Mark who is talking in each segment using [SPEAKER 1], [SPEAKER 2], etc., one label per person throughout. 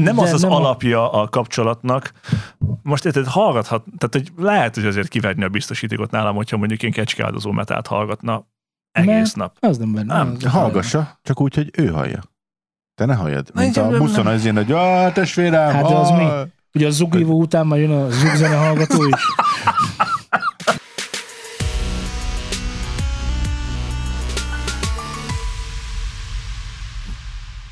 [SPEAKER 1] Nem
[SPEAKER 2] De
[SPEAKER 1] az az
[SPEAKER 2] nem a-
[SPEAKER 1] alapja a kapcsolatnak. Most érted, hallgathat, tehát hogy lehet, hogy azért kiverni a biztosítékot nálam, hogyha mondjuk én kecskeáldozó metált hallgatna egész
[SPEAKER 2] Ne.
[SPEAKER 1] nap.
[SPEAKER 2] Az nem lenne.
[SPEAKER 1] Nem,
[SPEAKER 2] az-
[SPEAKER 3] Hallgassa, csak úgy, hogy ő hallja. Te ne halljad. Mint
[SPEAKER 1] Na,
[SPEAKER 3] a
[SPEAKER 1] így-
[SPEAKER 3] buszon az ilyen, hogy "Á, testvérem,
[SPEAKER 2] Hát de az
[SPEAKER 3] á."
[SPEAKER 2] mi? Ugye a zugvívó után már jön a zugzene hallgató is.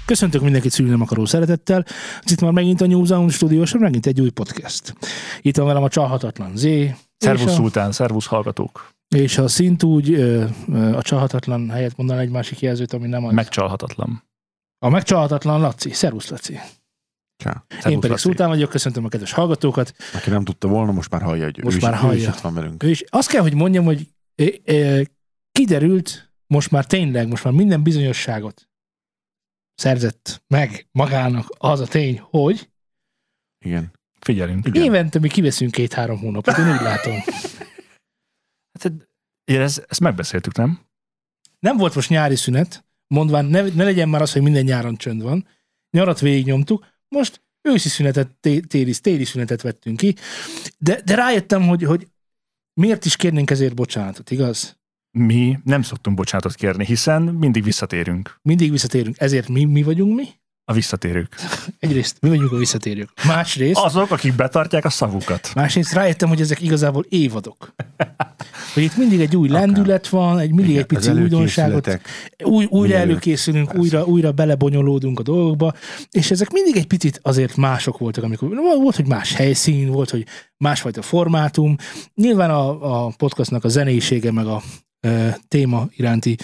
[SPEAKER 2] Köszöntök mindenkit szülni nem akaró szeretettel. Ez itt már megint a New Zealand Studios, megint egy új podcast. Itt van velem a Csalhatatlan Z. és
[SPEAKER 1] Szervusz
[SPEAKER 2] a-
[SPEAKER 1] szultán, szervusz hallgatók.
[SPEAKER 2] És ha szint úgy ö, ö, a csalhatatlan helyett mondan egy másik jelzőt, ami nem az. Meg...
[SPEAKER 1] Megcsalhatatlan.
[SPEAKER 2] A megcsalhatatlan Laci. Szervusz Laci.
[SPEAKER 3] Csá.
[SPEAKER 2] Én pedig
[SPEAKER 1] Laci.
[SPEAKER 2] Szultán vagyok, köszöntöm a kedves hallgatókat.
[SPEAKER 3] Aki nem tudta volna, most már hallja, hogy
[SPEAKER 2] Most
[SPEAKER 3] ő,
[SPEAKER 2] már
[SPEAKER 3] is, ő is
[SPEAKER 2] hallja.
[SPEAKER 3] itt van velünk.
[SPEAKER 2] És azt kell, hogy mondjam, hogy ö, ö, kiderült most már tényleg, most már minden bizonyosságot szerzett meg magának az a tény, hogy
[SPEAKER 3] Igen.
[SPEAKER 1] Figyelünk.
[SPEAKER 3] Igen.
[SPEAKER 2] évente mi kiveszünk két-három hónapot, én úgy látom.
[SPEAKER 1] Hát, én ezt, ezt megbeszéltük, nem?
[SPEAKER 2] Nem volt most nyári szünet, mondván ne, ne legyen már az, hogy minden nyáron csönd van. Nyarat végignyomtuk, most őszi szünetet, té- téli, téli szünetet vettünk ki, de, de rájöttem, hogy, hogy miért is kérnénk ezért bocsánatot, igaz?
[SPEAKER 1] Mi nem szoktunk bocsánatot kérni, hiszen mindig visszatérünk.
[SPEAKER 2] Mindig visszatérünk, ezért mi, mi vagyunk mi?
[SPEAKER 1] A visszatérők.
[SPEAKER 2] Egyrészt mi vagyunk a visszatérők. Másrészt,
[SPEAKER 1] Azok, akik betartják a szavukat.
[SPEAKER 2] másrészt rájöttem, hogy ezek igazából évadok. Hogy itt mindig egy új lendület van, egy mindig egy
[SPEAKER 3] az
[SPEAKER 2] pici újdonságot.
[SPEAKER 3] előkészületek.
[SPEAKER 2] Új, újra
[SPEAKER 3] Mindig
[SPEAKER 2] előkészülünk,
[SPEAKER 3] persze.
[SPEAKER 2] újra, újra belebonyolódunk a dolgokba, és ezek mindig egy picit azért mások voltak, amikor volt, hogy más helyszín, volt, hogy másfajta formátum. Nyilván a, a podcastnak a zenésége, meg a e, téma iránti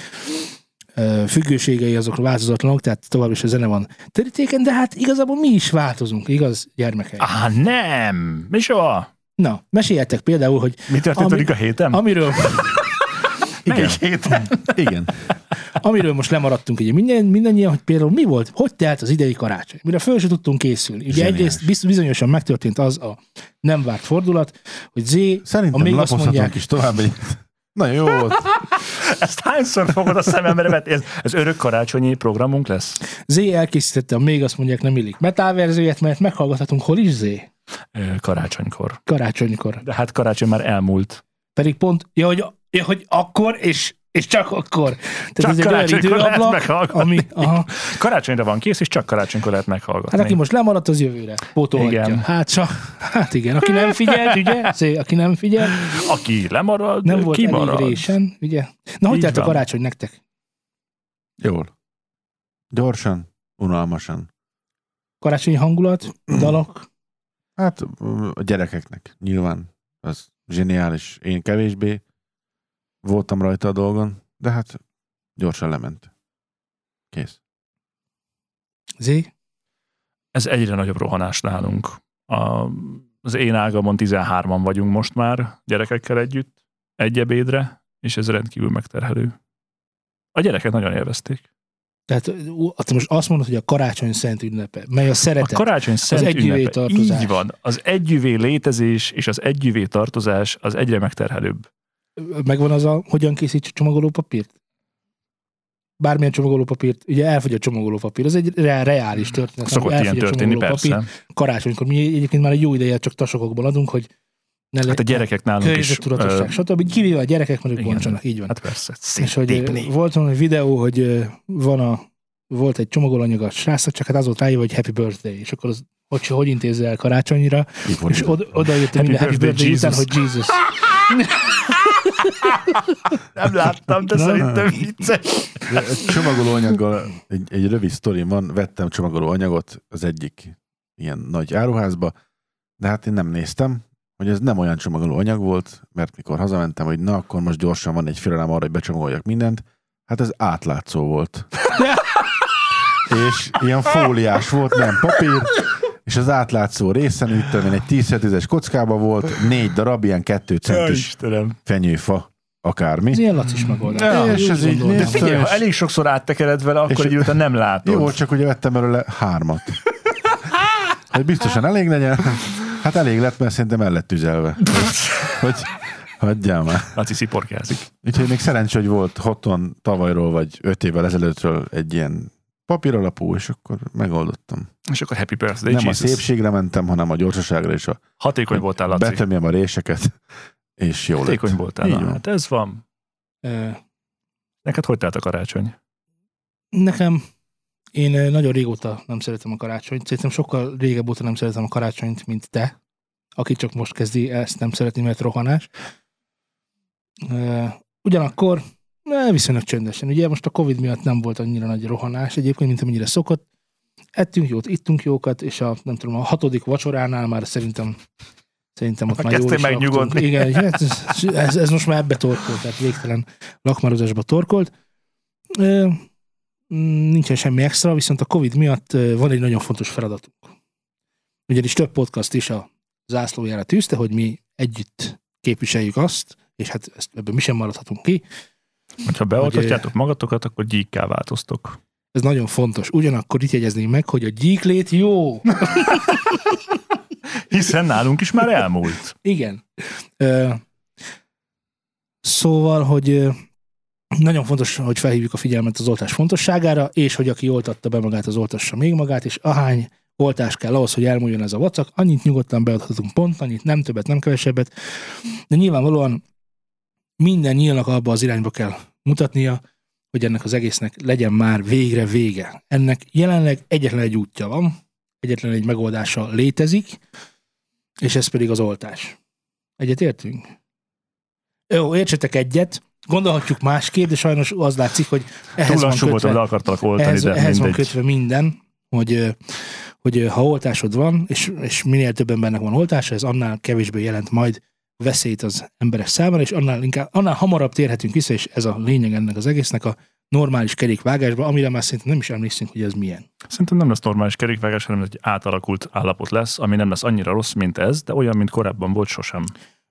[SPEAKER 2] e, függőségei azok változatlanok, tehát tovább is a zene van terítéken, de hát igazából mi is változunk, igaz, gyermekek?
[SPEAKER 1] Á, nem! Mi soha?
[SPEAKER 2] Na, meséljetek például, hogy
[SPEAKER 1] Mi történt
[SPEAKER 2] Ami-
[SPEAKER 1] Ami... a héten?
[SPEAKER 2] amiről,
[SPEAKER 3] Igen.
[SPEAKER 1] Melyik héten?
[SPEAKER 3] Igen.
[SPEAKER 2] amiről most lemaradtunk ugye minden, mindannyian, hogy például mi volt, hogy telt az idei karácsony, mire föl sem tudtunk készülni. Ugye
[SPEAKER 3] Zseniális.
[SPEAKER 2] egyrészt biz- bizonyosan megtörtént az a nem várt fordulat, hogy Z,
[SPEAKER 3] Szerintem
[SPEAKER 2] Ha még azt
[SPEAKER 3] lapozhatunk
[SPEAKER 2] mondják-
[SPEAKER 3] is tovább egy... Na jó, volt.
[SPEAKER 1] Ezt hányszor fogod a szememre vetni? Ez, ez örök karácsonyi programunk lesz?
[SPEAKER 2] Z elkészítette a még azt mondják nem illik metálverzőjét, mert meghallgathatunk hol is Z
[SPEAKER 1] Ö, Karácsonykor.
[SPEAKER 2] karácsonykor.
[SPEAKER 1] De hát karácsony már elmúlt.
[SPEAKER 2] Pedig pont, ja, hogy, ja, hogy akkor és, és csak akkor. Tehát
[SPEAKER 1] Csak
[SPEAKER 2] ez egy olyan
[SPEAKER 1] karácsonykor lehet
[SPEAKER 2] időablak,
[SPEAKER 1] meghallgatni.
[SPEAKER 2] ami, aha,
[SPEAKER 1] Karácsonyra van kész, és csak karácsonykor lehet meghallgatni.
[SPEAKER 2] Hát aki most lemaradt, az jövőre pótolhatja.
[SPEAKER 1] Igen.
[SPEAKER 2] Igen. Hát, sa, hát igen, aki nem figyelt, ugye? Szé, aki nem figyelt,
[SPEAKER 1] aki lemarad,
[SPEAKER 2] nem volt
[SPEAKER 1] kimarad.
[SPEAKER 2] elég résen, ugye? Na, hogy
[SPEAKER 1] Így
[SPEAKER 2] telt a
[SPEAKER 1] van.
[SPEAKER 2] karácsony nektek?
[SPEAKER 3] Jól. Gyorsan, unalmasan.
[SPEAKER 2] Karácsonyi hangulat, dalok,
[SPEAKER 3] Hát m- a gyerekeknek nyilván az zseniális. Én kevésbé voltam rajta a dolgon, de hát gyorsan lement. Kész.
[SPEAKER 2] zé,
[SPEAKER 1] Ez egyre nagyobb rohanás nálunk. A, az én ágamon 13-an vagyunk most már, gyerekekkel együtt, egy ebédre, és ez rendkívül megterhelő. A gyerekek nagyon élvezték.
[SPEAKER 2] tehát ú, te most azt mondod, hogy a karácsony szent ünnepe, mely a
[SPEAKER 1] A
[SPEAKER 2] szeretet.
[SPEAKER 1] karácsony szent
[SPEAKER 2] együvé
[SPEAKER 1] ünnepe.
[SPEAKER 2] tartozás.
[SPEAKER 1] Így van. Az együvé létezés és az együvé tartozás az egyre megterhelőbb.
[SPEAKER 2] Megvan az a, hogyan készíts csomagolópapírt? Bármilyen csomagolópapírt, ugye elfogy a csomagolópapír, ez egy re- reális történet.
[SPEAKER 1] Hát Szokott
[SPEAKER 2] elfogy
[SPEAKER 1] ilyen
[SPEAKER 2] a
[SPEAKER 1] történni,
[SPEAKER 2] csomagolópapír.
[SPEAKER 1] persze.
[SPEAKER 2] Karácsonykor mi egyébként már egy jó ideje csak tasokokban adunk, hogy ne le-
[SPEAKER 1] Hát a gyerekek nálunk is.
[SPEAKER 2] környezettudatosság, stb. Kivéve a gyerekek, mert ők
[SPEAKER 1] igen.
[SPEAKER 2] bontsanak, így
[SPEAKER 1] ö,
[SPEAKER 2] van.
[SPEAKER 1] Hát persze.
[SPEAKER 2] és hogy
[SPEAKER 1] szétépni.
[SPEAKER 2] ö, volt olyan videó, hogy ö, van a, volt egy csomagolanyag a srácnak, csak hát az volt ráírva, hogy happy birthday, és akkor az hogy, hogy intézze el karácsonyra,
[SPEAKER 3] Így
[SPEAKER 2] és oda, oda jött
[SPEAKER 1] Happy
[SPEAKER 2] minden happy
[SPEAKER 1] birthday,
[SPEAKER 2] birthday, után,
[SPEAKER 1] Jesus.
[SPEAKER 2] hogy Jesus.
[SPEAKER 1] Nem láttam, de
[SPEAKER 3] Na.
[SPEAKER 1] szerintem vicces.
[SPEAKER 3] Csomagolóanyaggal egy, egy rövid sztorim van, vettem csomagolóanyagot az egyik ilyen nagy áruházba, de hát én nem néztem, hogy ez nem olyan csomagolóanyag volt, mert mikor hazamentem, hogy na, akkor most gyorsan van egy félelem arra, hogy becsomagoljak mindent, hát ez átlátszó volt. és ilyen fóliás volt, nem papír, és az átlátszó részen, itt tudom én, egy 10 kockába volt, négy darab, ilyen kettő centis
[SPEAKER 1] Istenem.
[SPEAKER 3] fenyőfa, akármi.
[SPEAKER 2] Ez ilyen Laci is megoldás.
[SPEAKER 3] Ja,
[SPEAKER 2] Én
[SPEAKER 3] és
[SPEAKER 2] úgy
[SPEAKER 3] ez így
[SPEAKER 2] gondoltam.
[SPEAKER 1] De
[SPEAKER 3] néz-
[SPEAKER 1] figyelj, ha
[SPEAKER 3] és-
[SPEAKER 1] elég sokszor áttekered vele, akkor
[SPEAKER 3] és-
[SPEAKER 1] egy idő után nem látod.
[SPEAKER 3] Jó, csak ugye vettem belőle hármat. Hogy biztosan elég legyen. Hát elég lett, mert szerintem el lett tüzelve. Hogy hagyjál már.
[SPEAKER 1] Laci sziporkázik.
[SPEAKER 3] Úgyhogy még szerencsé, hogy volt Hoton tavalyról vagy öt évvel ezelőttről egy ilyen papír alapú, és akkor megoldottam.
[SPEAKER 1] És akkor happy birthday,
[SPEAKER 3] De nem
[SPEAKER 1] Jesus.
[SPEAKER 3] a szépségre mentem, hanem a gyorsaságra és a
[SPEAKER 1] Hatékony voltál, Laci.
[SPEAKER 3] betömjem a réseket, és jó lett.
[SPEAKER 1] Hatékony voltál.
[SPEAKER 3] Így
[SPEAKER 1] Na,
[SPEAKER 3] van.
[SPEAKER 1] hát ez van.
[SPEAKER 2] Ö,
[SPEAKER 1] Neked hogy telt a karácsony?
[SPEAKER 2] Nekem, én ö, nagyon régóta nem szeretem a karácsonyt. Szerintem sokkal régebb óta nem szeretem a karácsonyt, mint te, aki csak most kezdi ezt nem szeretni, mert rohanás. Ö, Ugyanakkor ö, viszonylag csöndesen. Ugye most a Covid miatt nem volt annyira nagy rohanás egyébként, mint amennyire szokott. Ettünk jót, ittunk jókat, és a, nem tudom, a hatodik vacsoránál már szerintem szerintem ott
[SPEAKER 1] Már
[SPEAKER 2] már jól
[SPEAKER 1] kezdtél
[SPEAKER 2] is laktunk.
[SPEAKER 1] megnyugodni.
[SPEAKER 2] Igen, hát ez, ez, ez, most már ebbe torkolt, tehát végtelen lakmarozásba torkolt. Ö, Mm, nincsen semmi extra, viszont a Covid miatt ö, van egy nagyon fontos feladatunk. Ugyanis több podcast is a zászlójára tűzte, hogy mi együtt képviseljük azt, és hát ezt, ebből mi sem maradhatunk ki.
[SPEAKER 1] Ha beoltatjátok magatokat, akkor gyíkká változtok.
[SPEAKER 2] Ez nagyon fontos. Ugyanakkor itt jegyezném meg, hogy a gyíklét jó.
[SPEAKER 1] Hiszen nálunk is már elmúlt.
[SPEAKER 2] Igen. Ö, Szóval, hogy ö, nagyon fontos, hogy felhívjuk a figyelmet az oltás fontosságára, és hogy aki oltatta be magát, az oltassa még magát, és ahány oltás kell ahhoz, hogy elmúljon ez a vacak, annyit nyugodtan beadhatunk pont, annyit nem többet, nem kevesebbet, de nyilvánvalóan minden nyílnak abba az irányba kell mutatnia, hogy ennek az egésznek legyen már végre vége. Ennek jelenleg egyetlen egy útja van, egyetlen egy megoldása létezik, és ez pedig az oltás. Egyet értünk? Jó, értsetek egyet, gondolhatjuk másképp, de sajnos az látszik, hogy
[SPEAKER 1] Túl
[SPEAKER 2] ehhez van
[SPEAKER 1] lassú voltam, le
[SPEAKER 2] kötve,
[SPEAKER 1] akartalak oltani,
[SPEAKER 2] ehhez,
[SPEAKER 1] de
[SPEAKER 2] ehhez van
[SPEAKER 1] mindegy.
[SPEAKER 2] kötve minden, hogy, ö, hogy ö, ha oltásod van, és, és minél több embernek van oltása, ez annál kevésbé jelent majd veszélyt az emberek számára, és annál, inkább, annál hamarabb térhetünk vissza, és ez a lényeg ennek az egésznek a normális kerékvágásba, amire már szerintem nem is emlékszünk, hogy ez milyen.
[SPEAKER 1] Szerintem nem lesz normális kerékvágás, hanem egy átalakult állapot lesz, ami nem lesz annyira rossz, mint ez, de olyan, mint korábban volt sosem.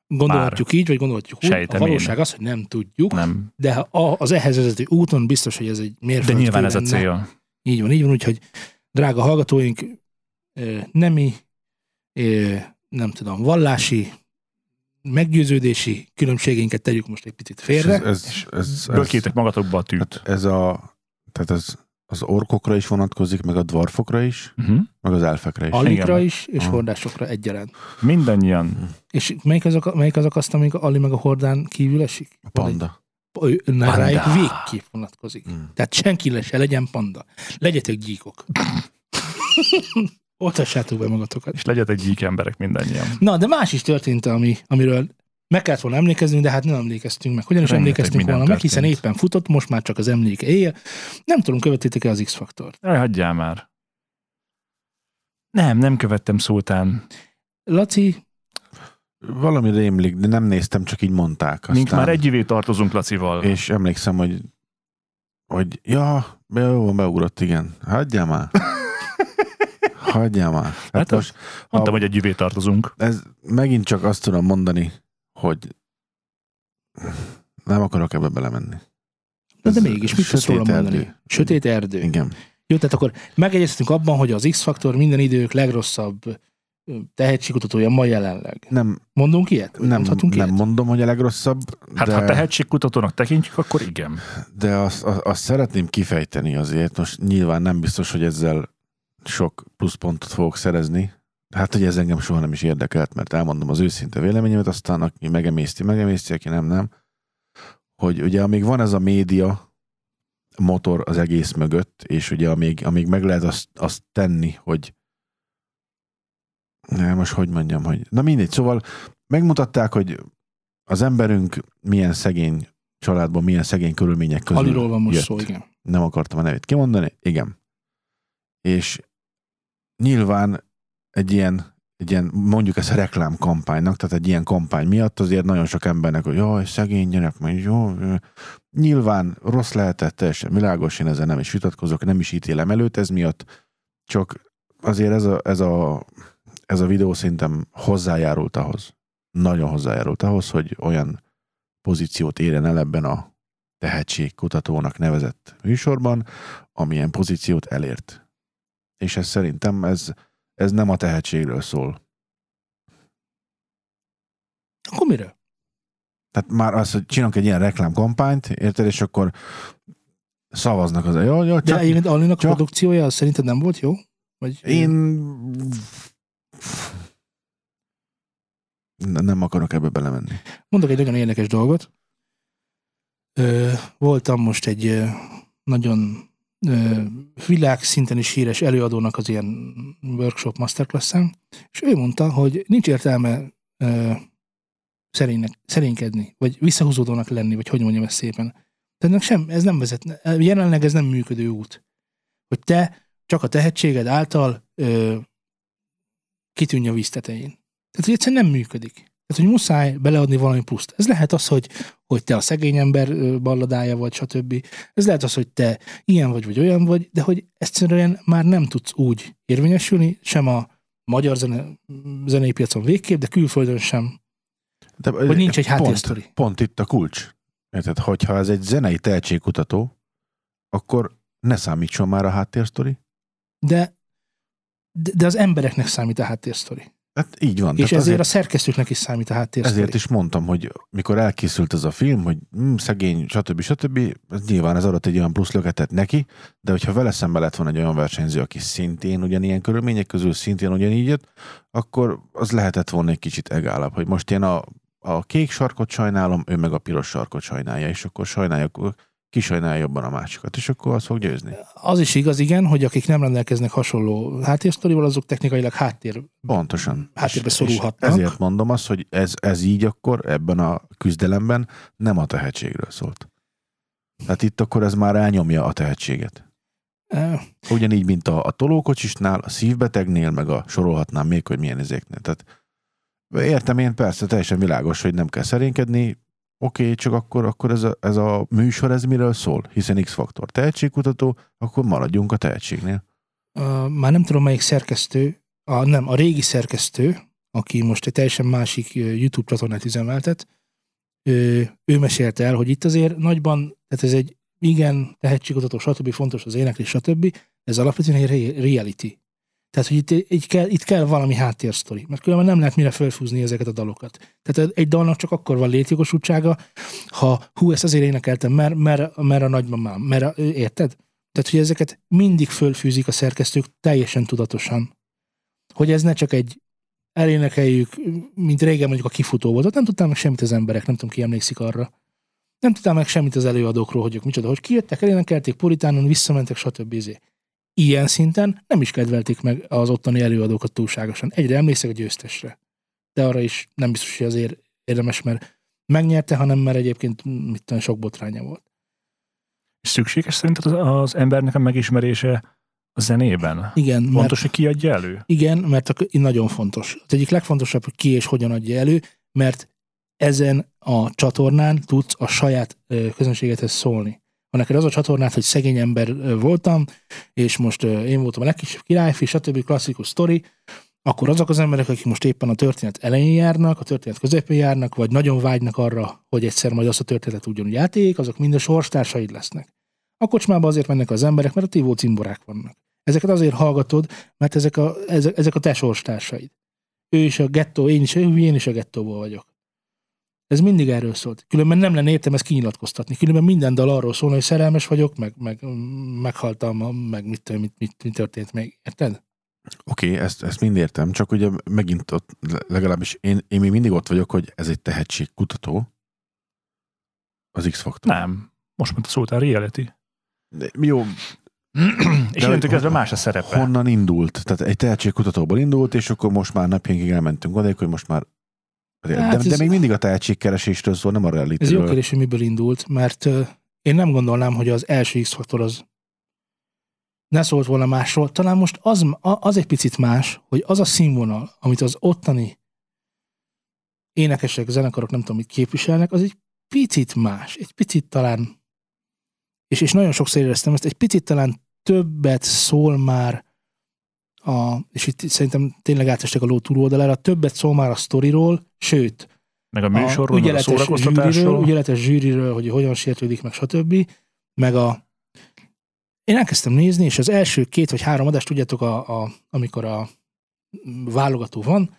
[SPEAKER 2] Gondolhatjuk így, vagy gondolhatjuk úgy.
[SPEAKER 1] Sejtem
[SPEAKER 2] a valóság
[SPEAKER 1] én.
[SPEAKER 2] az, hogy nem tudjuk,
[SPEAKER 1] Nem.
[SPEAKER 2] De ha a- az ehhez vezető úton biztos, hogy ez egy
[SPEAKER 1] De
[SPEAKER 2] mérföldkő
[SPEAKER 1] nyilván ez a
[SPEAKER 2] lenne.
[SPEAKER 1] cél.
[SPEAKER 2] Így van, így van, úgyhogy drága hallgatóink, ö, nemi, ö, nem tudom, vallási, meggyőződési különbségeinket tegyük most egy picit
[SPEAKER 3] És
[SPEAKER 2] félre.
[SPEAKER 3] Ez, ez, ez, ez, ez,
[SPEAKER 1] Bökjétek magatokba a tűt.
[SPEAKER 3] hát ez a, tehát ez az orkokra is vonatkozik, meg a dwarfokra is,
[SPEAKER 1] Uh-huh.
[SPEAKER 3] meg az elfekre is.
[SPEAKER 1] Al-
[SPEAKER 2] Alikra
[SPEAKER 1] igen.
[SPEAKER 2] is, és
[SPEAKER 3] Aha.
[SPEAKER 2] hordásokra egyaránt.
[SPEAKER 1] Mindannyian.
[SPEAKER 2] És melyik azok, melyik azok azt, amik a Ali meg a hordán kívül esik?
[SPEAKER 3] A panda.
[SPEAKER 2] Vagy egy- Na,
[SPEAKER 1] Panda.
[SPEAKER 2] rájuk végképp vonatkozik.
[SPEAKER 3] Mm.
[SPEAKER 2] Tehát senki le se legyen panda. Legyetek gyíkok. Oltassátok be magatokat.
[SPEAKER 1] És legyetek gyík emberek mindannyian.
[SPEAKER 2] Na, de más is történt, ami, amiről meg kellett volna emlékeznünk, de hát nem emlékeztünk meg. Hogyan is
[SPEAKER 1] Rengeteg
[SPEAKER 2] emlékeztünk
[SPEAKER 1] minden
[SPEAKER 2] volna meg, hiszen
[SPEAKER 1] történt.
[SPEAKER 2] éppen futott, most már csak az emléke él. Nem tudom, követitek-e az X-faktort.
[SPEAKER 1] Elhagyjál már. Nem, nem követtem szultán.
[SPEAKER 2] Laci,
[SPEAKER 3] Valami rémlik, de nem néztem, csak így mondták. Aztán,
[SPEAKER 1] Mink már együvé tartozunk Lacival.
[SPEAKER 3] És emlékszem, hogy, hogy ja, be- jó, beugrott, igen. Hagyjál már. Hagyjál már. Hát,
[SPEAKER 1] Hát
[SPEAKER 3] hát
[SPEAKER 1] az-
[SPEAKER 3] most,
[SPEAKER 1] Mondtam,
[SPEAKER 3] ha-
[SPEAKER 1] hogy együvé tartozunk.
[SPEAKER 3] ez megint csak azt tudom mondani, hogy nem akarok ebbe belemenni.
[SPEAKER 2] na de
[SPEAKER 3] Ez
[SPEAKER 2] mégis mit tudsz
[SPEAKER 3] sötét
[SPEAKER 2] róla mondani?
[SPEAKER 3] erdő.
[SPEAKER 2] Sötét erdő.
[SPEAKER 3] Igen.
[SPEAKER 2] Jó, tehát akkor megegyeztünk abban, hogy az X-faktor minden idők legrosszabb ö, tehetségkutatója ma jelenleg.
[SPEAKER 3] Nem,
[SPEAKER 2] Mondunk ilyet? Vagy
[SPEAKER 3] nem,
[SPEAKER 2] Mondhatunk
[SPEAKER 3] nem
[SPEAKER 2] ilyet?
[SPEAKER 3] mondom, hogy a legrosszabb,
[SPEAKER 1] Hát
[SPEAKER 3] de,
[SPEAKER 1] ha tehetségkutatónak tekintjük, akkor igen.
[SPEAKER 3] de azt, azt, azt szeretném kifejteni azért. Most nyilván nem biztos, hogy ezzel sok pluszpontot fogok szerezni. Hát, hogy ez engem soha nem is érdekelt, mert elmondom az őszinte véleményemet, aztán aki megemészti, megemészti, aki nem, nem. Hogy ugye amíg van ez a média motor az egész mögött, és ugye amíg, amíg meg lehet azt, azt tenni, hogy Na, most hogy mondjam, hogy... Na mindegy, szóval megmutatták, hogy az emberünk milyen szegény családban, milyen szegény körülmények közül
[SPEAKER 2] Aliról van most
[SPEAKER 3] jött
[SPEAKER 2] szó, igen.
[SPEAKER 3] nem akartam a nevét kimondani, igen. És nyilván egy ilyen, egy ilyen mondjuk ezt reklámkampánynak, tehát egy ilyen kampány miatt azért nagyon sok embernek, hogy jaj, szegény gyerek, meg jó. ö." Nyilván rossz lehetett, teljesen világos, én ezzel nem is vitatkozok, nem is ítélem előtt ez miatt, csak azért ez a, ez a, ez a videó szerintem hozzájárult ahhoz, nagyon hozzájárult ahhoz, hogy olyan pozíciót érjen el ebben a tehetségkutatónak nevezett műsorban, amilyen pozíciót elért. És ez szerintem ez, ez nem a tehetségről szól.
[SPEAKER 2] Akkor miről?
[SPEAKER 3] Tehát már az, hogy csinálunk egy ilyen reklámkampányt, érted, és akkor szavaznak az... Jó, jó,
[SPEAKER 2] De
[SPEAKER 3] csak
[SPEAKER 2] egyébként Alinak a
[SPEAKER 3] csak-
[SPEAKER 2] produkciója az szerinted nem volt jó? Vagy
[SPEAKER 3] Én Ne- nem akarok ebbe belemenni.
[SPEAKER 2] Mondok egy nagyon érdekes dolgot. Ö, voltam most egy ö, nagyon ö, világszinten is híres előadónak az ilyen workshop masterclass-en, és ő mondta, hogy nincs értelme ö, szerénynek, szerénykedni, vagy visszahúzódónak lenni, vagy hogy mondjam ezt szépen. Tehát ennek sem, ez nem vezet, jelenleg ez nem működő út. Hogy te csak a tehetséged által ö, kitűnj a víz tetején. Tehát, hogy egyszerűen nem működik. Tehát, hogy muszáj beleadni valami pluszt. Ez lehet az, hogy, hogy te a szegény ember ö, balladája vagy, stb. Ez lehet az, hogy te ilyen vagy, vagy olyan vagy, de hogy egyszerűen már nem tudsz úgy érvényesülni, sem a magyar zene, zenei piacon végképp, de külföldön sem.
[SPEAKER 3] De, eh,
[SPEAKER 2] Hogy nincs egy háttérsztori.
[SPEAKER 3] pont, pont itt a kulcs. Érted, hogyha ez egy zenei tehetségkutató, akkor ne számítson már a háttérsztori.
[SPEAKER 2] De, de, de az embereknek számít a háttérsztori.
[SPEAKER 3] Hát így van.
[SPEAKER 2] És
[SPEAKER 3] Tehát
[SPEAKER 2] ezért
[SPEAKER 3] azért,
[SPEAKER 2] a szerkesztőknek is számít a háttérsztori.
[SPEAKER 3] ezért is mondtam, hogy mikor elkészült ez a film, hogy mm, szegény, stb. stb. Ez nyilván ez adott egy olyan plusz löketet neki, de hogyha vele szembe lett volna egy olyan versenyző, aki szintén ugyanilyen körülmények közül szintén ugyanígy jött, akkor az lehetett volna egy kicsit egálabb, hogy most én a, a kék sarkot sajnálom, ő meg a piros sarkot sajnálja, és akkor sajnálja, ki sajnálja jobban a másikat, és akkor az fog győzni.
[SPEAKER 2] Az is igaz, igen, hogy akik nem rendelkeznek hasonló háttérsztorival, azok technikailag háttér
[SPEAKER 3] Pontosan.
[SPEAKER 2] Háttérbe
[SPEAKER 3] És- és
[SPEAKER 2] szorulhatnak.
[SPEAKER 3] Ezért mondom azt, hogy ez, ez így akkor ebben a küzdelemben nem a tehetségről szólt. Tehát itt akkor ez már elnyomja a tehetséget.
[SPEAKER 2] Eh,
[SPEAKER 3] Ugyanígy, mint a, a tolókocsisnál, a szívbetegnél, meg a sorolhatnám még, hogy milyen izéknél. Tehát értem én, persze, teljesen világos, hogy nem kell szerénkedni, oké, okay, csak akkor, akkor ez, a, ez a műsor, ez miről szól? Hiszen X-faktor tehetségkutató, akkor maradjunk a tehetségnél.
[SPEAKER 2] Ö, már nem tudom melyik szerkesztő, a, nem, a régi szerkesztő, aki most egy teljesen másik ö, YouTube csatornát üzemeltet, ő, ő mesélte el, hogy itt azért nagyban, tehát ez egy igen, tehetségkutató, stb. fontos az éneklés, stb. Ez alapvetően egy re- reality. Tehát, hogy itt, itt, kell, itt kell valami háttérsztori, mert különben nem lehet mire felfúzni ezeket a dalokat. Tehát egy dalnak csak akkor van létjogosultsága, ha hú, ezt azért énekeltem, mert, mert, mert a nagymamám, mert a, ö, érted? Tehát, hogy ezeket mindig fölfűzik a szerkesztők teljesen tudatosan. Hogy ez ne csak egy elénekeljük, mint régen mondjuk a kifutó volt, ott nem tudtam meg semmit az emberek, nem tudom ki emlékszik arra. Nem tudtam meg semmit az előadókról, hogy ők micsoda, hogy kijöttek, elénekelték, puritánon visszamentek, stb. izé. Ilyen szinten nem is kedvelték meg az ottani előadókat túlságosan. Egyre emlékszek a győztesre. De arra is nem biztos, hogy azért érdemes, mert megnyerte, hanem mert egyébként mit tudom, sok botránya volt.
[SPEAKER 1] Szükséges szerinted az, az embernek a megismerése a zenében?
[SPEAKER 2] Igen, mert-
[SPEAKER 1] Fontos, hogy ki adja elő?
[SPEAKER 2] Igen, mert a- nagyon fontos. Az egyik legfontosabb, hogy ki és hogyan adja elő, mert ezen a csatornán tudsz a saját ö, közönségedhez szólni. Ha neked az a csatornád, hogy szegény ember ö, voltam, és most ö, én voltam a legkisebb királyfi, stb. klasszikus sztori, akkor azok az emberek, akik most éppen a történet elején járnak, a történet közepén járnak, vagy nagyon vágynak arra, hogy egyszer majd azt a történetet ugyanúgy átéljék, azok mind a sorstársaid lesznek. A kocsmába azért mennek az emberek, mert a tívó cimborák vannak. Ezeket azért hallgatod, mert ezek a, ezek, ezek a te sorstársaid. Ő is a gettó, én is, ő, én is a gettóból vagyok. Ez mindig erről szólt. Különben nem lenne értem ezt kinyilatkoztatni. Különben minden dal arról szól, hogy szerelmes vagyok, meg, meg mm, meghaltam, meg mit, mit, mit, mit történt még. Érted?
[SPEAKER 3] Oké, okay, ezt, ezt mind értem, csak ugye megint ott, le- legalábbis én, én még mindig ott vagyok, hogy ez egy tehetségkutató, az X-faktor.
[SPEAKER 1] Nem. Most mondta szót a reality.
[SPEAKER 3] De Jó,
[SPEAKER 1] És
[SPEAKER 3] De
[SPEAKER 1] innentől
[SPEAKER 3] hogy-
[SPEAKER 1] kezdve más a szerepe.
[SPEAKER 3] honnan indult? Tehát egy tehetségkutatóból indult, és akkor most már napjainkig elmentünk oda, hogy most már de,
[SPEAKER 2] Hát
[SPEAKER 3] de
[SPEAKER 2] ez-
[SPEAKER 3] még mindig a tehetségkeresésről szól, nem a
[SPEAKER 2] Ez jó
[SPEAKER 3] realitásról.
[SPEAKER 2] kérdés, hogy miből indult, mert ö, én nem gondolnám, hogy az első X-faktor az ne szólt volna másról. Talán most az, a- az egy picit más, hogy az a színvonal, amit az ottani énekesek, zenekarok, nem tudom, mit képviselnek, az egy picit más, egy picit talán, és, és nagyon sokszor éreztem ezt, egy picit talán többet szól már a, és itt szerintem tényleg átestek a ló túloldalára, többet szól már a sztoriról, sőt,
[SPEAKER 1] Meg a műsorról, meg a
[SPEAKER 2] zsűriről,
[SPEAKER 1] szórakoztatásról.
[SPEAKER 2] ügyeletes zsűriről, hogy hogyan sértődik, meg stb. Meg a... Én elkezdtem nézni, és az első két vagy három adást, tudjátok, a, a, amikor a válogató van,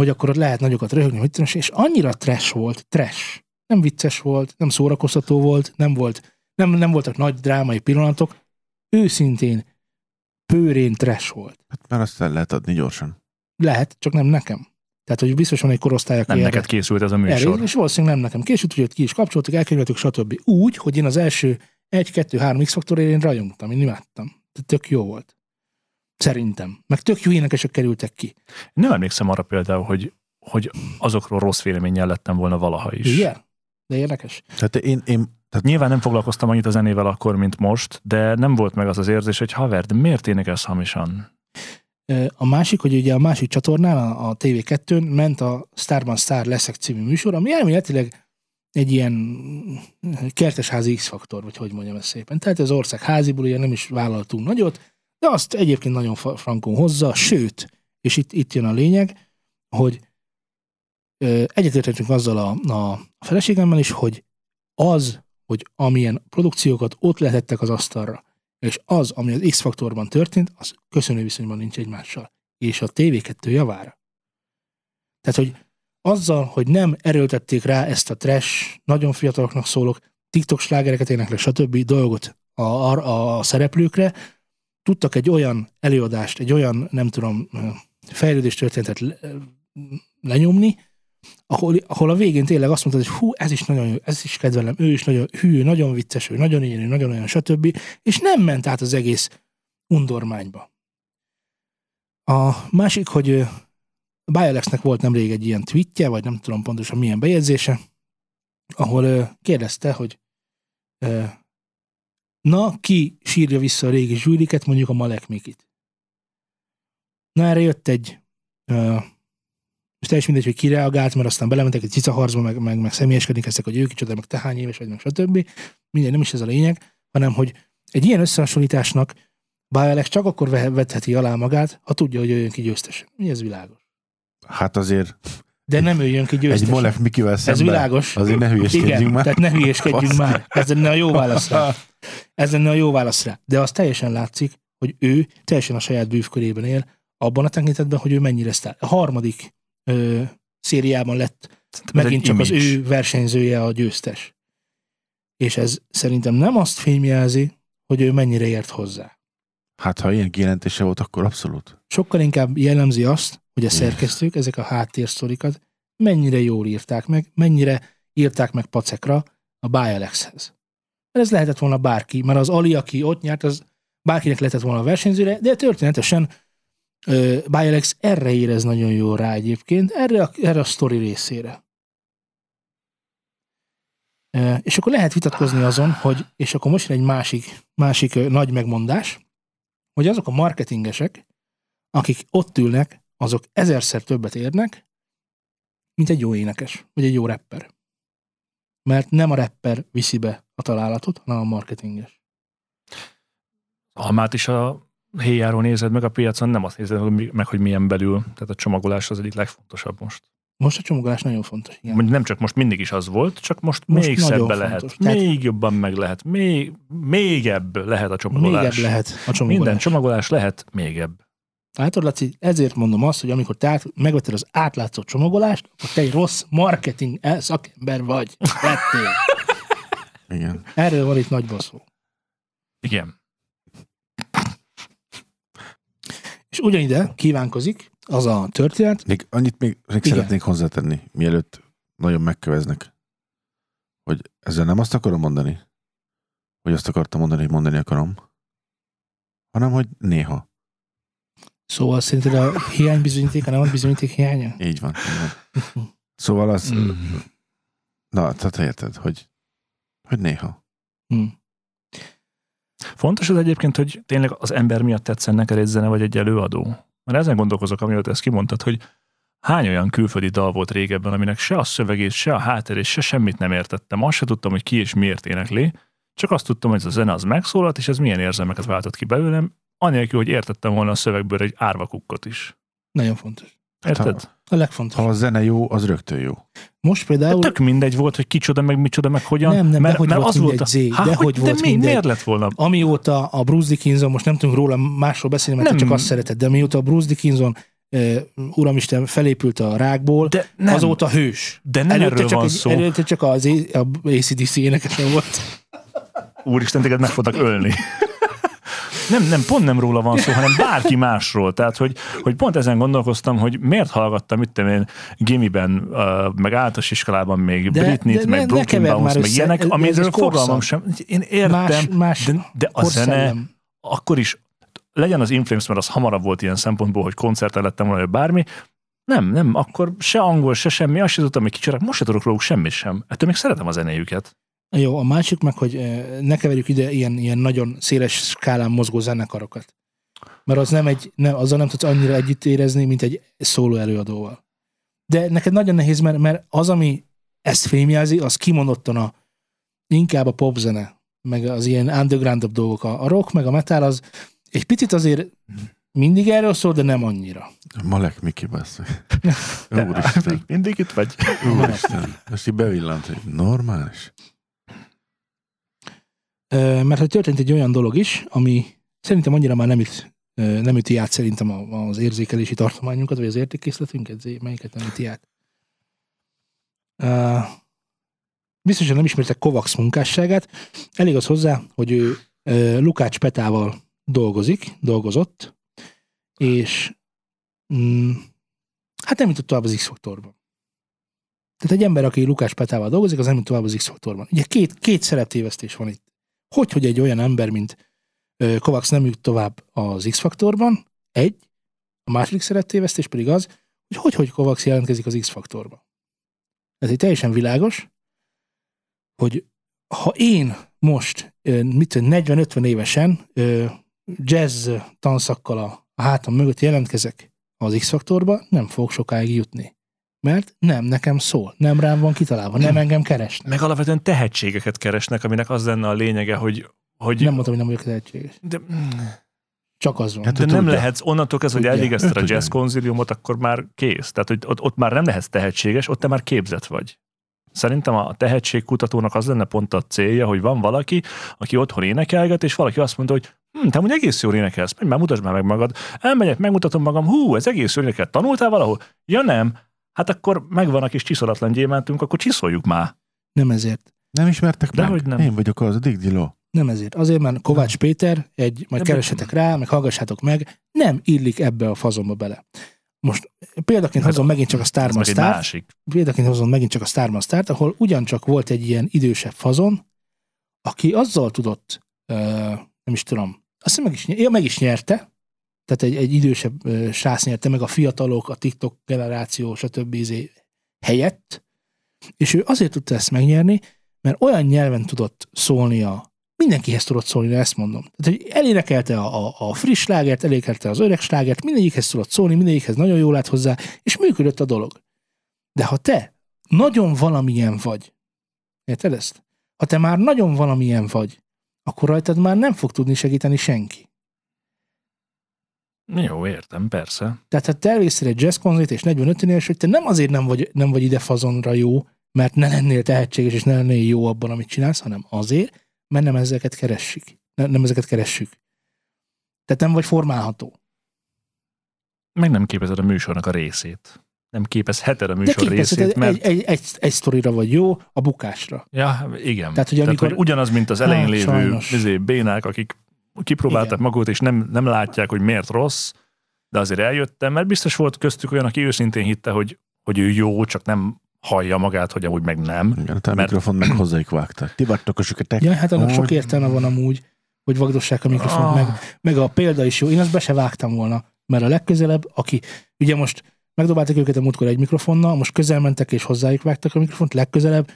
[SPEAKER 2] hogy akkor ott lehet nagyokat röhögni, hogy tudom, és annyira trash volt, trash. Nem vicces volt, nem szórakoztató volt, nem volt nem, nem voltak nagy drámai pillanatok, őszintén pőrén trash volt.
[SPEAKER 3] Hát mert azt el lehet adni gyorsan.
[SPEAKER 2] Lehet, csak nem nekem. Tehát, hogy biztos van egy korosztály, aki
[SPEAKER 1] Nem
[SPEAKER 2] erre-
[SPEAKER 1] neked készült ez a
[SPEAKER 2] erre,
[SPEAKER 1] műsor.
[SPEAKER 2] és valószínűleg nem nekem. Később tudjuk, ki is kapcsoltuk, elkönyveltük, stb. Úgy, hogy én az első 1-2-3 x faktor én rajongtam, én imádtam. Tehát tök jó volt. Szerintem. Meg tök jó énekesek kerültek ki.
[SPEAKER 1] Nem emlékszem arra például, hogy, hogy azokról rossz véleménnyel lettem volna valaha is.
[SPEAKER 2] Igen? De érdekes.
[SPEAKER 3] Tehát én, én tehát
[SPEAKER 1] Nyilván nem foglalkoztam annyit a zenével akkor, mint most, de nem volt meg az az érzés, hogy haver, de miért énekelsz hamisan?
[SPEAKER 2] Ö, A másik, hogy ugye a másik csatornán, a, a TV2-n ment a Starban Star Leszek című műsor, ami elméletileg egy ilyen mm, kertesházi X-faktor, vagy hogy mondjam ezt szépen. Tehát az ország háziból ugye nem is vállaltunk nagyot, de azt egyébként nagyon fa- frankon hozza, sőt, és itt, itt jön a lényeg, hogy ö, egyetértettünk azzal a, a feleségemmel is, hogy az, hogy amilyen produkciókat ott letettek az asztalra, és az, ami az X-faktorban történt, az köszönő viszonyban nincs egymással. És a TV2 javára. Tehát, hogy azzal, hogy nem erőltették rá ezt a trash, nagyon fiataloknak szólok, TikTok slágereket éneklek, stb. dolgot a, a, a szereplőkre, tudtak egy olyan előadást, egy olyan, nem tudom, fejlődés történetet le, lenyomni, ahol, ahol a végén tényleg azt mondtad, hogy hú, ez is nagyon jó, ez is kedvelem, ő is nagyon hű, nagyon vicces, ő nagyon ilyen, ő nagyon olyan, stb. És nem ment át az egész undormányba. A másik, hogy ö, Bialexnek volt nemrég egy ilyen tweetje, vagy nem tudom pontosan milyen bejegyzése, ahol ö, kérdezte, hogy ö, na, ki sírja vissza a régi zsűriket, mondjuk a Malek Mikit. Na, erre jött egy ö, és teljesen mindegy, hogy ki reagált, mert aztán belementek egy cicaharcba, meg, meg, meg személyeskedik ezek, hogy ők kicsoda, meg te hány éves vagy, meg stb. Mindegy, nem is ez a lényeg, hanem hogy egy ilyen összehasonlításnak Bájelex csak akkor vehe- vetheti alá magát, ha tudja, hogy ő jön ki győztesen. Mi ez világos?
[SPEAKER 3] hát azért
[SPEAKER 2] De nem ő jön ki
[SPEAKER 3] egy
[SPEAKER 2] győztesen.
[SPEAKER 3] Molef Mikivel
[SPEAKER 2] ez
[SPEAKER 3] szemben
[SPEAKER 2] világos.
[SPEAKER 3] azért ne
[SPEAKER 2] Igen,
[SPEAKER 3] hülyeskedjünk már.
[SPEAKER 2] tehát ne hülyéskedjünk
[SPEAKER 3] Basz.
[SPEAKER 2] már. Ez lenne a jó válasz rá. Ez lenne a jó válasz rá. De az teljesen látszik, hogy ő teljesen a saját bűvkörében él, abban a tekintetben, hogy ő mennyire sztár. A harmadik ö, szériában lett
[SPEAKER 1] Ez
[SPEAKER 2] megint
[SPEAKER 1] egy
[SPEAKER 2] csak
[SPEAKER 1] image.
[SPEAKER 2] az ő versenyzője a győztes. És ez szerintem nem azt fémjelzi, hogy ő mennyire ért hozzá.
[SPEAKER 3] Hát ha ilyen kijelentése volt, akkor abszolút.
[SPEAKER 2] Sokkal inkább jellemzi azt, hogy a szerkesztők ezek a háttérsztorikat mennyire jól írták meg, mennyire írták meg pacekra a Bialexhez. Mert ez lehetett volna bárki, mert az Ali, aki ott nyert, az bárkinek lehetett volna a versenyzőre, de történetesen ö, Bialex erre érez nagyon jól rá egyébként, erre a, erre a sztori részére. Ö, És akkor lehet vitatkozni azon, hogy, és akkor most jön egy másik, másik ö, nagy megmondás, hogy azok a marketingesek, akik ott ülnek, azok ezerszer többet érnek, mint egy jó énekes, vagy egy jó rapper. Mert nem a rapper viszi be a találatot, hanem a marketinges.
[SPEAKER 1] Almát is a héjáról nézed meg a piacon, nem azt nézed hogy mi- meg, hogy milyen belül. Tehát a csomagolás az egyik legfontosabb most.
[SPEAKER 2] Most a csomagolás nagyon fontos. Igen.
[SPEAKER 1] Mondjuk nem csak most mindig is az volt, csak most,
[SPEAKER 2] Most
[SPEAKER 1] még
[SPEAKER 2] nagyon
[SPEAKER 1] szebbe
[SPEAKER 2] fontos.
[SPEAKER 1] lehet,
[SPEAKER 2] Tehát-
[SPEAKER 1] még jobban meg lehet, még, még ebb lehet a
[SPEAKER 2] Még
[SPEAKER 1] csomagolás.
[SPEAKER 2] ebb lehet a csomagolás.
[SPEAKER 1] Minden csomagolás lehet még ebb.
[SPEAKER 2] Látod, Laci, ezért mondom azt, hogy amikor te át, megvetted az átlátszó csomagolást, akkor te egy rossz marketing el- szakember vagy. Lettél.
[SPEAKER 3] Igen.
[SPEAKER 2] Erről van itt nagy baszó.
[SPEAKER 1] Igen.
[SPEAKER 2] És ugyanide kívánkozik az a történet,
[SPEAKER 3] Még annyit még, még
[SPEAKER 2] Igen.
[SPEAKER 3] szeretnék hozzátenni, mielőtt nagyon megköveznek, hogy ezzel nem azt akarom mondani, hogy azt akartam mondani, hogy mondani akarom, hanem, hogy néha.
[SPEAKER 2] szóval szerinted a hiánybizonyíték, a nem a bizonyíték hiánya?
[SPEAKER 3] Így van. Így van. Szóval az, na, tehát érted, hogy, hogy néha.
[SPEAKER 2] Hm.
[SPEAKER 1] Fontos az egyébként, hogy tényleg az ember miatt tetszen neked egy zene vagy egy előadó. Mert ezen gondolkozok, amióta ezt kimondtad, hogy hány olyan külföldi dal volt régebben, aminek se a szövegét, se a hátterét, se semmit nem értettem. Azt se tudtam, hogy ki és miért énekli, csak azt tudtam, hogy ez a zene az megszólalt, és ez milyen érzelmeket váltott ki belőlem, anélkül, hogy értettem volna a szövegből egy árvakukkot is.
[SPEAKER 2] Nagyon fontos.
[SPEAKER 3] Hát ha-
[SPEAKER 1] Érted?
[SPEAKER 2] A legfontosabb.
[SPEAKER 3] Ha a zene jó, az rögtön jó.
[SPEAKER 2] Most
[SPEAKER 1] De
[SPEAKER 2] például...
[SPEAKER 1] Hát tök mindegy volt, hogy kicsoda, meg micsoda, meg hogyan.
[SPEAKER 2] Nem, nem, dehogy volt mindegy, Zé,
[SPEAKER 1] Há,
[SPEAKER 2] dehogy
[SPEAKER 1] hogy,
[SPEAKER 2] volt
[SPEAKER 1] de mi,
[SPEAKER 2] mindegy.
[SPEAKER 1] miért lett volna?
[SPEAKER 2] amióta a Bruce Dickinson, most nem tudunk róla másról beszélni, mert
[SPEAKER 1] Nem.
[SPEAKER 2] te csak azt szereted, de mióta a Bruce Dickinson, uh, uramisten, felépült a rákból, de
[SPEAKER 1] De nem,
[SPEAKER 2] azóta hős.
[SPEAKER 1] de nem
[SPEAKER 2] előtte
[SPEAKER 1] erről
[SPEAKER 2] csak,
[SPEAKER 1] van
[SPEAKER 2] egy,
[SPEAKER 1] szó.
[SPEAKER 2] előtte csak az A- a ACDC énekesen volt.
[SPEAKER 1] úristen, téged meg fognak ölni. Nem, nem, pont nem róla van szó, hanem bárki másról. Tehát, hogy, hogy pont ezen gondolkoztam, hogy miért hallgattam itt én gimiben, uh, meg általános iskolában még
[SPEAKER 2] De-
[SPEAKER 1] de, Britney-t,
[SPEAKER 2] de
[SPEAKER 1] meg
[SPEAKER 2] ne- ne
[SPEAKER 1] Brooklyn
[SPEAKER 2] keverd
[SPEAKER 1] Bounce,
[SPEAKER 2] már
[SPEAKER 1] meg
[SPEAKER 2] össze,
[SPEAKER 1] ilyenek,
[SPEAKER 2] ez- ez
[SPEAKER 1] amiről
[SPEAKER 2] egy korszak.
[SPEAKER 1] fogalmam sem. Én értem,
[SPEAKER 2] Más, más
[SPEAKER 1] de, de a zene
[SPEAKER 2] korszellem.
[SPEAKER 1] akkor is legyen az Inflames, mert az hamarabb volt ilyen szempontból, hogy koncerten lettem volna, vagy bármi, nem, nem, akkor se angol, se semmi, azt sem tudtam, hogy kicsirák, most se tudok róluk semmit sem. Ettől még szeretem a zenéjüket.
[SPEAKER 2] Jó, a másik meg, hogy eh, ne keverjük ide ilyen, ilyen nagyon széles skálán mozgó zenekarokat. Mert az nem egy, nem, azzal nem tudsz annyira együtt érezni, mint egy szóló előadóval. De neked nagyon nehéz, mert, mert az, ami ezt fémjelzi, az kimondottan a, inkább a popzene, meg az ilyen underground dolgok. A a rock, meg a metal az egy picit azért mindig erről szól, de nem annyira.
[SPEAKER 3] Malek Miki basszak. Úristen.
[SPEAKER 1] Hát Mindig itt vagy.
[SPEAKER 3] Úristen. Most így bevillant, hogy normális.
[SPEAKER 2] Ö, mert hogy történt egy olyan dolog is, ami szerintem annyira már nem üt, ö, nem üti át szerintem a- az érzékelési tartományunkat, vagy az értékkészletünket, zé- melyiket nem üti át. Ö, Biztosan nem ismertek Kovacs munkásságát. Elég az hozzá, hogy ő ö, Lukács Petával dolgozik, dolgozott, és mm, hát nem jutott tovább az X-faktorban. Tehát egy ember, aki Lukács Petával dolgozik, az nem jut tovább az X-faktorban. Ugye két, két szereptévesztés van itt hogy, hogy egy olyan ember, mint ö, Kovacs nem jut tovább az X-faktorban, egy, a második szereptévesztés pedig az, hogy hogy, hogy Kovacs jelentkezik az X-faktorba. Ez egy teljesen világos, hogy ha én most, ö, mit tudom, 40-50 évesen ö, jazz tanszakkal a a hátam mögött jelentkezek az X-faktorba, nem fogok sokáig jutni. Mert nem nekem szól, nem rám van kitalálva, nem engem keresnek.
[SPEAKER 1] Meg alapvetően tehetségeket keresnek, aminek az lenne a lényege, hogy, hogy
[SPEAKER 2] Nem mondtam, hogy nem vagyok tehetséges.
[SPEAKER 1] de,
[SPEAKER 2] Csak az van.
[SPEAKER 3] Hát
[SPEAKER 1] de
[SPEAKER 3] ő
[SPEAKER 1] nem
[SPEAKER 3] tudja.
[SPEAKER 1] lehetsz onnantól kezdve, hogy
[SPEAKER 2] Tudja.
[SPEAKER 1] elvégezted
[SPEAKER 3] Ő
[SPEAKER 1] a
[SPEAKER 3] tudja.
[SPEAKER 1] jazz konziliumot, akkor már kész. Tehát, hogy ott, ott már nem lehetsz tehetséges, ott te már képzett vagy. Szerintem a tehetségkutatónak az lenne pont a célja, hogy van valaki, aki otthon énekelget, és valaki azt mondta, hogy hm, te amúgy egész jól énekelsz, menj már, mutasd már meg magad. Elmegyek, megmutatom magam, hú, ez egész jól énekel, tanultál valahol? Ja nem, hát akkor megvan a kis csiszolatlan gyémántunk, akkor csiszoljuk már.
[SPEAKER 2] Nem ezért.
[SPEAKER 3] Nem ismertek
[SPEAKER 1] De
[SPEAKER 3] meg?
[SPEAKER 1] hogy nem.
[SPEAKER 3] Én vagyok az, a Dick Dilló.
[SPEAKER 2] Nem ezért. Azért, mert Kovács Péter, egy, majd
[SPEAKER 1] De
[SPEAKER 2] keresetek rá, meg hallgassátok meg, nem illik ebbe a fazonba bele. Most példaként
[SPEAKER 1] Hát
[SPEAKER 2] hozom megint csak a
[SPEAKER 1] Ez
[SPEAKER 2] Starman
[SPEAKER 1] meg egy
[SPEAKER 2] Star,
[SPEAKER 1] másik.
[SPEAKER 2] példaként hozom megint csak a Starman Start, ahol ugyancsak volt egy ilyen idősebb fazon, aki azzal tudott, ö, nem is tudom, azt hiszem meg is, ny- ja, meg is nyerte, tehát egy, egy idősebb ö, srác nyerte meg a fiatalok, a TikTok generáció, stb. Izé helyett, és ő azért tudta ezt megnyerni, mert olyan nyelven tudott szólni a mindenkihez tudott szólni, ezt mondom. Tehát, hogy elénekelte a, a, a friss slágert, elénekelte az öreg slágert, mindegyikhez tudott szólni, mindegyikhez nagyon jól állt hozzá, és működött a dolog. De ha te nagyon valamilyen vagy, érted ezt? Ha te már nagyon valamilyen vagy, akkor rajtad már nem fog tudni segíteni senki.
[SPEAKER 1] Jó, értem, persze.
[SPEAKER 2] Tehát ha te elvészél egy jazz konzert, és 45 éves, hogy te nem azért nem vagy, nem vagy ide fazonra jó, mert ne lennél tehetséges, és ne lennél jó abban, amit csinálsz, hanem azért, mert nem ezeket keressük. Ne, nem ezeket keressük. Tehát nem vagy formálható.
[SPEAKER 1] Meg nem képezed a műsornak a részét. Nem képezheted a
[SPEAKER 2] De
[SPEAKER 1] műsor
[SPEAKER 2] képeszed,
[SPEAKER 1] részét, mert...
[SPEAKER 2] egy, egy, egy, egy sztorira vagy jó, a bukásra.
[SPEAKER 1] Ja, igen.
[SPEAKER 2] Tehát, hogy amikor-
[SPEAKER 1] hogy ugyanaz, mint az elején
[SPEAKER 2] Hát,
[SPEAKER 1] lévő
[SPEAKER 2] sajnos.
[SPEAKER 1] izé, bénák, akik kipróbálták
[SPEAKER 2] Igen.
[SPEAKER 1] magukat, és nem, nem látják, hogy miért rossz, de azért eljöttem, mert biztos volt köztük olyan, aki őszintén hitte, hogy, hogy ő jó, csak nem hallja magát, hogy amúgy meg nem.
[SPEAKER 3] Igen, a
[SPEAKER 1] Mert-
[SPEAKER 3] mikrofon meg hozzájuk vágtak. Ti vagytok a süketek.
[SPEAKER 2] Ja, hát annak
[SPEAKER 3] Hogy-
[SPEAKER 2] sok értelme van amúgy, hogy vagdossák a mikrofont,
[SPEAKER 1] Ah.
[SPEAKER 2] meg, meg a példa is jó. Én azt be se vágtam volna, mert a legközelebb, aki, ugye most megdobáltak őket a múltkor egy mikrofonnal, most közel mentek és hozzájuk vágtak a mikrofont, legközelebb,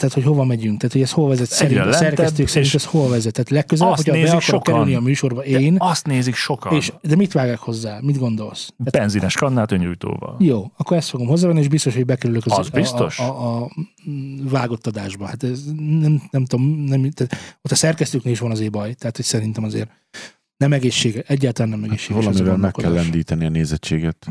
[SPEAKER 2] tehát hogy hova megyünk, tehát hogy ez hol vezet, szerint a
[SPEAKER 1] lentebb,
[SPEAKER 2] szerkesztők szerint
[SPEAKER 1] és
[SPEAKER 2] ez hol vezet, tehát legközelebb,
[SPEAKER 1] azt
[SPEAKER 2] hogyha be
[SPEAKER 1] nézik
[SPEAKER 2] akarok
[SPEAKER 1] sokan.
[SPEAKER 2] kerülni a műsorba
[SPEAKER 1] De
[SPEAKER 2] én,
[SPEAKER 1] azt nézik sokan.
[SPEAKER 2] és,
[SPEAKER 1] És
[SPEAKER 2] de mit vágják hozzá, mit gondolsz?
[SPEAKER 1] benzines kannát öngyújtóval.
[SPEAKER 2] Jó, akkor ezt fogom hozzávenni, és biztos, hogy bekerülök az,
[SPEAKER 1] Az biztos.
[SPEAKER 2] A, a, a, mm, vágott adásba. Hát ez nem, nem tudom, nem, tehát ott a szerkesztőknél is van azért baj, tehát hogy szerintem azért nem egészséges, egyáltalán nem
[SPEAKER 3] Hát
[SPEAKER 2] egészséges. ez a
[SPEAKER 3] valamivel meg kell
[SPEAKER 2] gondolkodás.
[SPEAKER 3] lendíteni a nézettséget.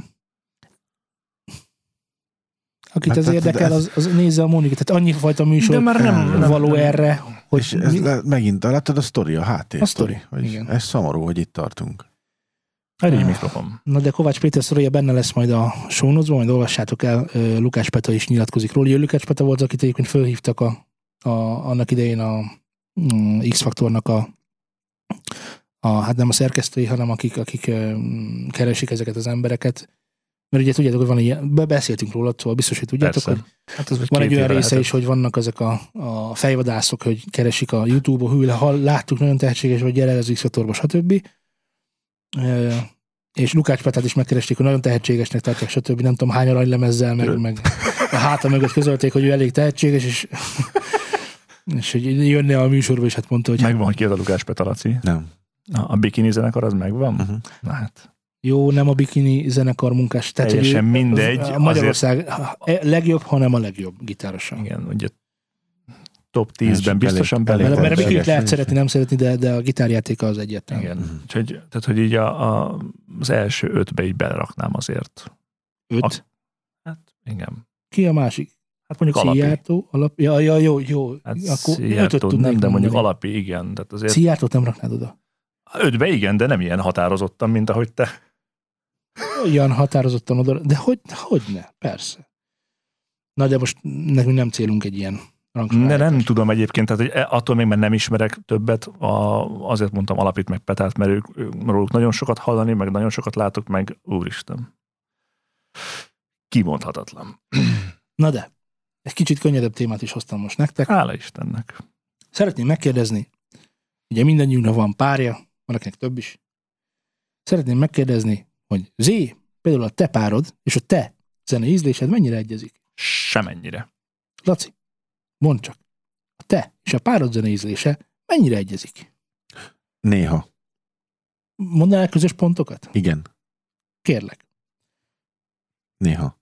[SPEAKER 2] Akit
[SPEAKER 3] Hát
[SPEAKER 2] ez
[SPEAKER 3] tehát
[SPEAKER 2] érdekel,
[SPEAKER 3] ez-
[SPEAKER 2] az, az nézze a Mónikát. Tehát annyi fajta műsor
[SPEAKER 1] De már nem, nem
[SPEAKER 2] való
[SPEAKER 1] nem.
[SPEAKER 2] erre, hogy
[SPEAKER 3] és ez
[SPEAKER 2] mi-
[SPEAKER 3] le, megint, látod a sztori, a háttér
[SPEAKER 2] A
[SPEAKER 3] sztori.
[SPEAKER 2] sztori,
[SPEAKER 3] Hogy
[SPEAKER 2] igen.
[SPEAKER 3] Ez szomorú, hogy itt tartunk.
[SPEAKER 1] Egy
[SPEAKER 2] Ah.
[SPEAKER 1] mikrofon.
[SPEAKER 2] Na de Kovács Péter szorója benne lesz majd a sónozban, majd olvassátok el, ö, Lukács Peta is nyilatkozik róla. Ugye Lukács Peta volt, akit egyébként fölhívtak a, a, annak idején a mm, X-faktornak a, a, hát nem a szerkesztői, hanem akik, akik mm, keresik ezeket az embereket. Mert ugye tudjátok, hogy van ilyen, be- beszéltünk róla, szóval biztos, hogy tudjátok,
[SPEAKER 1] Persze.
[SPEAKER 2] hogy
[SPEAKER 1] Hát ez
[SPEAKER 2] van egy olyan része is, hogy vannak ezek a, a fejvadászok, hogy keresik a YouTube-ba, hű, ha láttuk, nagyon tehetséges, vagy gyere el az x stb. Ö, És Lukács Petát is megkeresték, hogy nagyon tehetségesnek tartják, stb. Nem tudom hány aranylemezzel, meg, meg a háta mögött közölték, hogy ő elég tehetséges, és, és hogy jönne a műsorba, és hát mondta, hogy
[SPEAKER 1] Megvan, hogy ki az a Lukás Petalaci.
[SPEAKER 3] Nem.
[SPEAKER 1] A, a bikini zenekar az megvan?
[SPEAKER 3] Mhm.
[SPEAKER 1] Na hát,
[SPEAKER 2] jó, nem a bikini zenekar munkás. Tehát, hogy ő
[SPEAKER 1] teljesen mindegy.
[SPEAKER 2] az, a
[SPEAKER 1] azért,
[SPEAKER 2] Magyarország azért... legjobb, hanem a legjobb gitárosa.
[SPEAKER 1] igen, ugye top
[SPEAKER 3] Teljesen
[SPEAKER 1] 10-ben biztosan
[SPEAKER 3] belé-
[SPEAKER 1] belé.
[SPEAKER 2] Mert, mert a
[SPEAKER 3] tehetséges,
[SPEAKER 2] bikinit lehet
[SPEAKER 3] teljesen.
[SPEAKER 2] szeretni, nem szeretni, de, de a gitárjátéka az egyértelmű.
[SPEAKER 1] Igen.
[SPEAKER 3] Mhm.
[SPEAKER 1] Úgyhogy, tehát, hogy így a, a, az első ötbe így beleraknám azért.
[SPEAKER 2] Öt.
[SPEAKER 1] A- Hát, igen.
[SPEAKER 2] Ki a másik?
[SPEAKER 1] Hát mondjuk alapi.
[SPEAKER 2] Szijjártó, alap... Ja, ja, jó, jó.
[SPEAKER 1] Hát
[SPEAKER 2] Akkor ötöt
[SPEAKER 1] Szijjártó,
[SPEAKER 2] tudnék
[SPEAKER 1] nem, de mondjuk
[SPEAKER 2] mondani.
[SPEAKER 1] alapi, igen. Tehát azért
[SPEAKER 2] Szijjártót nem raknád oda.
[SPEAKER 1] ötbe igen, de nem ilyen határozottan, mint ahogy te.
[SPEAKER 2] Olyan határozottan oda, de hogy, hogy ne, persze. Na de most nekünk nem célunk egy ilyen
[SPEAKER 1] De
[SPEAKER 2] rangsorálás.
[SPEAKER 1] nem tudom egyébként, tehát hogy e- attól még, mert nem ismerek többet, a, azért mondtam alapít meg Petát, mert ők, ők, róluk nagyon sokat hallani, meg nagyon sokat látok, meg úristen. Kimondhatatlan.
[SPEAKER 2] Na de, egy kicsit könnyedebb témát is hoztam most nektek.
[SPEAKER 1] Hála Istennek.
[SPEAKER 2] Szeretném megkérdezni, ugye mindannyiunknak van párja, van akinek több is. Szeretném megkérdezni, hogy Zé, például a te párod és a te zenei ízlésed mennyire egyezik?
[SPEAKER 1] Semennyire.
[SPEAKER 2] Laci, mondd csak, a te és a párod zenei ízlése mennyire egyezik?
[SPEAKER 3] Néha.
[SPEAKER 2] Mondanál közös pontokat?
[SPEAKER 3] Igen.
[SPEAKER 2] Kérlek.
[SPEAKER 3] Néha.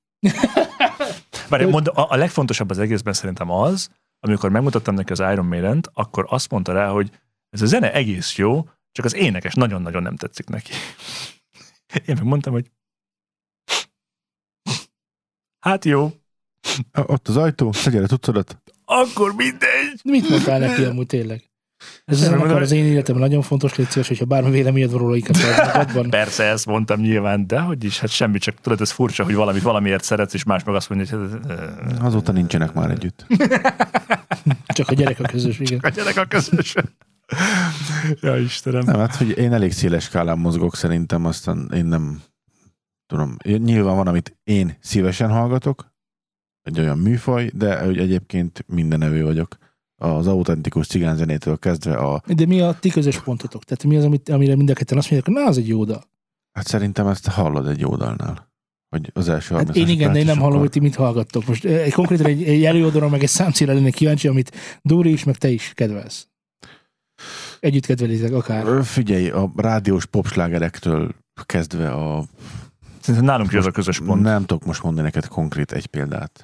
[SPEAKER 1] Bár
[SPEAKER 2] Öt-
[SPEAKER 1] mond, a, a legfontosabb az egészben szerintem az, amikor megmutattam neki az Iron maiden akkor azt mondta rá, hogy ez a zene egész jó, csak az énekes nagyon-nagyon nem tetszik neki. Én meg mondtam, hogy hát jó,
[SPEAKER 3] A- Ott az ajtó, szedj el a cuccodat.
[SPEAKER 1] akkor mindegy.
[SPEAKER 2] Mit mondtál neki amúgy tényleg? Ez az, zenekar az én életemben nagyon fontos, légy szíves, hogyha bármi véleményed van róla, inkább tartsd
[SPEAKER 1] Persze ezt mondtam nyilván, de hogy is, hát semmi, csak tudod, ez furcsa, hogy valamit valamiért szeretsz, és más meg azt mondja, hogy hát, eh,
[SPEAKER 3] Azóta nincsenek már együtt.
[SPEAKER 2] Csak a gyerek a közös, igen.
[SPEAKER 1] a eh, gyerek a közös. ja, Istenem.
[SPEAKER 3] Nem, hát hogy én elég széles skálán mozgok szerintem, aztán én nem tudom. Én- Nyilván van, amit én szívesen hallgatok, egy olyan műfaj, de hogy egyébként mindenevő vagyok. Az autentikus cigányzenétől kezdve a...
[SPEAKER 2] De mi a ti közös pontotok? Tehát mi az, amit, amire mind a ketten azt mondják, hogy na, az egy jó dal.
[SPEAKER 3] Hát szerintem ezt hallod egy oldalnál. Hogy az első
[SPEAKER 2] Hát
[SPEAKER 3] 30-as
[SPEAKER 2] én igen, de én nem
[SPEAKER 3] percesokkal-
[SPEAKER 2] hallom, hogy ti mit hallgattok. Most eh, egy konkrétan egy, egy előadóra, meg egy számcíra lennék kíváncsi, amit Dóri is, meg te is kedvelsz. Együtt kedvelitek akár.
[SPEAKER 3] Ö, Figyelj, a rádiós popslágerektől kezdve a...
[SPEAKER 1] Szerintem nálunk is az a közös pont.
[SPEAKER 3] Nem tudok most mondani neked konkrét egy példát.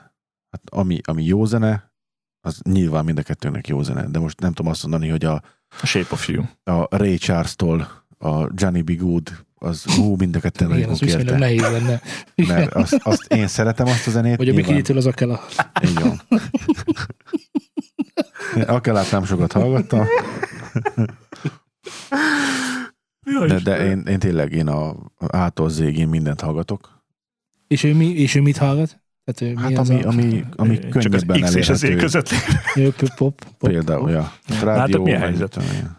[SPEAKER 3] Hát ami, ami jó zene, az nyilván mind a kettőnek jó zene, de most nem tudom azt mondani, hogy a,
[SPEAKER 1] A Shape of You.
[SPEAKER 3] a Ray Charles-tól a Johnny B. Good, az hú, mind a ketten
[SPEAKER 2] Igen,
[SPEAKER 3] nagyon
[SPEAKER 2] az viszonylag
[SPEAKER 3] kérte.
[SPEAKER 2] nehéz lenne.
[SPEAKER 3] Mert azt, azt, én szeretem azt a zenét.
[SPEAKER 2] Vagy a
[SPEAKER 3] nyilván.
[SPEAKER 2] bikinitől az akkel a...
[SPEAKER 3] Így van. Én Akkelát nem sokat hallgattam,
[SPEAKER 1] Ja,
[SPEAKER 3] de, de
[SPEAKER 1] Istenem.
[SPEAKER 3] én, én tényleg én a ától zég, én mindent hallgatok.
[SPEAKER 2] És ő, mi, és ő mit hallgat? Tehát ő
[SPEAKER 3] Hát
[SPEAKER 2] mi
[SPEAKER 3] ami,
[SPEAKER 2] az a...
[SPEAKER 3] ami, ami
[SPEAKER 1] Csak az
[SPEAKER 3] könnyebben
[SPEAKER 1] X és az
[SPEAKER 3] elérhető.
[SPEAKER 1] E között
[SPEAKER 2] Ő pop, pop, pop.
[SPEAKER 3] Például, ja. Hát
[SPEAKER 1] Látod,
[SPEAKER 3] rádió,
[SPEAKER 1] milyen
[SPEAKER 3] vagy
[SPEAKER 1] helyzet?
[SPEAKER 3] mit tudom én.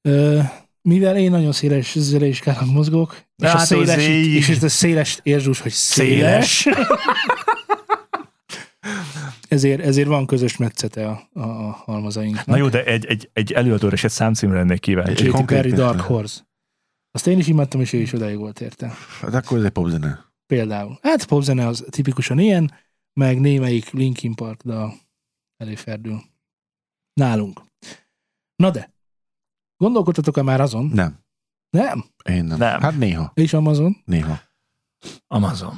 [SPEAKER 2] Ö, mivel én nagyon széles zenei skálán mozgok, és a
[SPEAKER 1] Hát az
[SPEAKER 2] széles,
[SPEAKER 1] így.
[SPEAKER 2] és ez a széles érzős, hogy széles, ezért, ezért van közös metszete a, a, a halmazainknak.
[SPEAKER 1] Na jó, de egy, egy, egy előadóra és egy számcímre lennék kíváncsi.
[SPEAKER 3] Egy
[SPEAKER 2] Katy
[SPEAKER 3] konkrét
[SPEAKER 2] Perry
[SPEAKER 3] példa.
[SPEAKER 2] Dark Horse. Azt én is imádtam, és ő is odáig volt érte.
[SPEAKER 3] Hát akkor ez egy popzene.
[SPEAKER 2] Például. Hát popzene az tipikusan ilyen, meg némelyik Linkin Park dal elé ferdül. Nálunk. Na de, gondolkodtatok-e már azon?
[SPEAKER 3] Nem.
[SPEAKER 2] Nem?
[SPEAKER 3] Én nem.
[SPEAKER 1] Nem.
[SPEAKER 3] Hát néha,
[SPEAKER 2] És Amazon?
[SPEAKER 3] néha.
[SPEAKER 1] Amazon.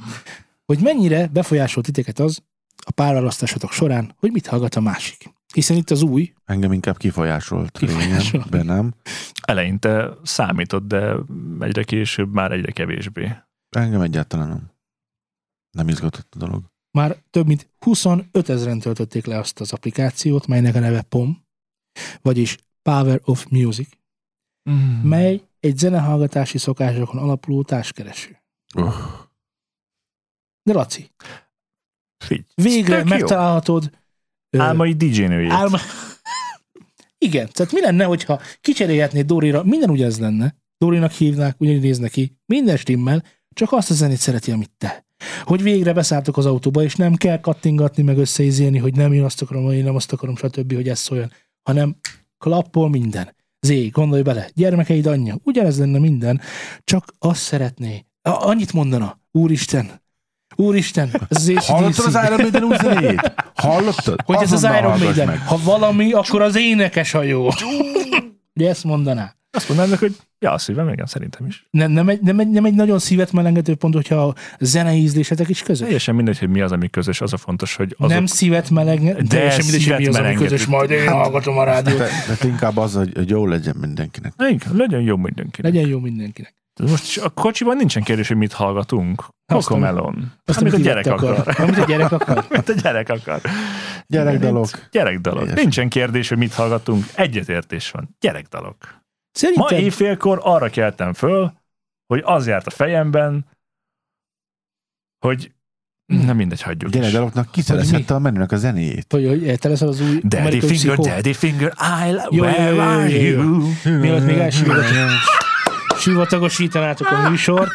[SPEAKER 2] Hogy mennyire befolyásolt titeket az a párválasztásotok során, hogy mit hallgat a másik? Hiszen itt az új,
[SPEAKER 3] Engem inkább kifolyásolt.
[SPEAKER 2] Kifolyásolt.
[SPEAKER 3] Lényem, bennem.
[SPEAKER 1] Eleinte számított, de egyre később már egyre kevésbé.
[SPEAKER 3] Engem egyáltalán nem. Nem izgatott a dolog.
[SPEAKER 2] Már több mint 25 ezeren töltötték le azt az applikációt, melynek a neve POM, vagyis Power of Music, mely egy zenehallgatási szokásokon alapuló társkereső.
[SPEAKER 3] Uh.
[SPEAKER 2] De Laci,
[SPEAKER 1] Figy.
[SPEAKER 2] végre
[SPEAKER 1] Tök jó.
[SPEAKER 2] megtalálhatod ö,
[SPEAKER 1] Álmai DJ nőjét.
[SPEAKER 2] álma... Igen, tehát mi lenne, hogyha kicserélhetnéd Dorira, minden ugyanaz lenne. Dorinak hívnák, ugyanúgy néz neki, minden stimmel, csak azt a zenét szereti, amit te. Hogy végre beszálltok az autóba, és nem kell kattingatni, meg összeizélni, hogy nem én azt akarom, én nem azt akarom, stb., hogy ez szóljon, hanem klappol minden. Zé, gondolj bele, gyermekeid anyja, ugyanez lenne minden, csak azt szeretné. A- annyit mondana, úristen, úristen, ez az AC/DC.
[SPEAKER 3] Hallottad az Iron Maiden új zenét? Hallottad?
[SPEAKER 2] Hogy ez az
[SPEAKER 3] Azonnal
[SPEAKER 2] Iron
[SPEAKER 3] hallgass
[SPEAKER 2] Maiden.
[SPEAKER 3] meg.
[SPEAKER 2] Ha valami, akkor az énekes a jó. Ugye ezt mondaná.
[SPEAKER 1] Azt mondanám, hogy ja, a szívem, igen, szerintem is.
[SPEAKER 2] Nem, nem, egy, nem, egy, nem egy nagyon szívet melengető pont, hogyha a zenei ízlésetek is közös.
[SPEAKER 1] Teljesen mindegy, hogy mi az, ami közös. Az a fontos, hogy azok...
[SPEAKER 2] Azok... Nem szívet melengető,
[SPEAKER 1] De Hát-
[SPEAKER 2] teljesen mindegy, hogy
[SPEAKER 1] szívet
[SPEAKER 2] mi az, ami
[SPEAKER 1] melengető.
[SPEAKER 2] közös, majd én hallgatom a rádiót.
[SPEAKER 3] Te- Tehát inkább az, hogy, hogy jó legyen mindenkinek.
[SPEAKER 1] Igen, legyen jó mindenki.
[SPEAKER 2] Legyen jó mindenkinek.
[SPEAKER 1] Most is a kocsiban nincsen kérdés, hogy mit hallgatunk.
[SPEAKER 2] Azt, ami-
[SPEAKER 1] Cocomelon. Azt,
[SPEAKER 2] amit
[SPEAKER 1] amit Hát, a gyerek
[SPEAKER 2] hívek
[SPEAKER 1] akar.
[SPEAKER 2] Amit a gyerek akar.
[SPEAKER 1] Amit a gyerek akar.
[SPEAKER 3] Gyerekdalok.
[SPEAKER 1] Gyerekdalok.
[SPEAKER 3] Ilyesmi.
[SPEAKER 1] Nincsen kérdés, hogy mit hallgatunk. Egyetértés van. Gyerekdalok. Ma
[SPEAKER 2] Szerintem
[SPEAKER 1] éjfélkor arra keltem föl, hogy az járt a fejemben, hogy nem mindegy, hagyjuk is.
[SPEAKER 3] Gyerekdaloknak kiszerezhette a menünek a zenéjét.
[SPEAKER 2] hogy, hogy te leszel az új
[SPEAKER 1] Daddy
[SPEAKER 2] amerikai
[SPEAKER 1] finger,
[SPEAKER 2] pszichó.
[SPEAKER 1] daddy finger, I love,
[SPEAKER 2] Jó,
[SPEAKER 1] where
[SPEAKER 2] jó, jó,
[SPEAKER 1] are
[SPEAKER 2] jó, jó.
[SPEAKER 1] you?
[SPEAKER 2] Mielőtt még elsívatag- sivatagosítanátok a műsort.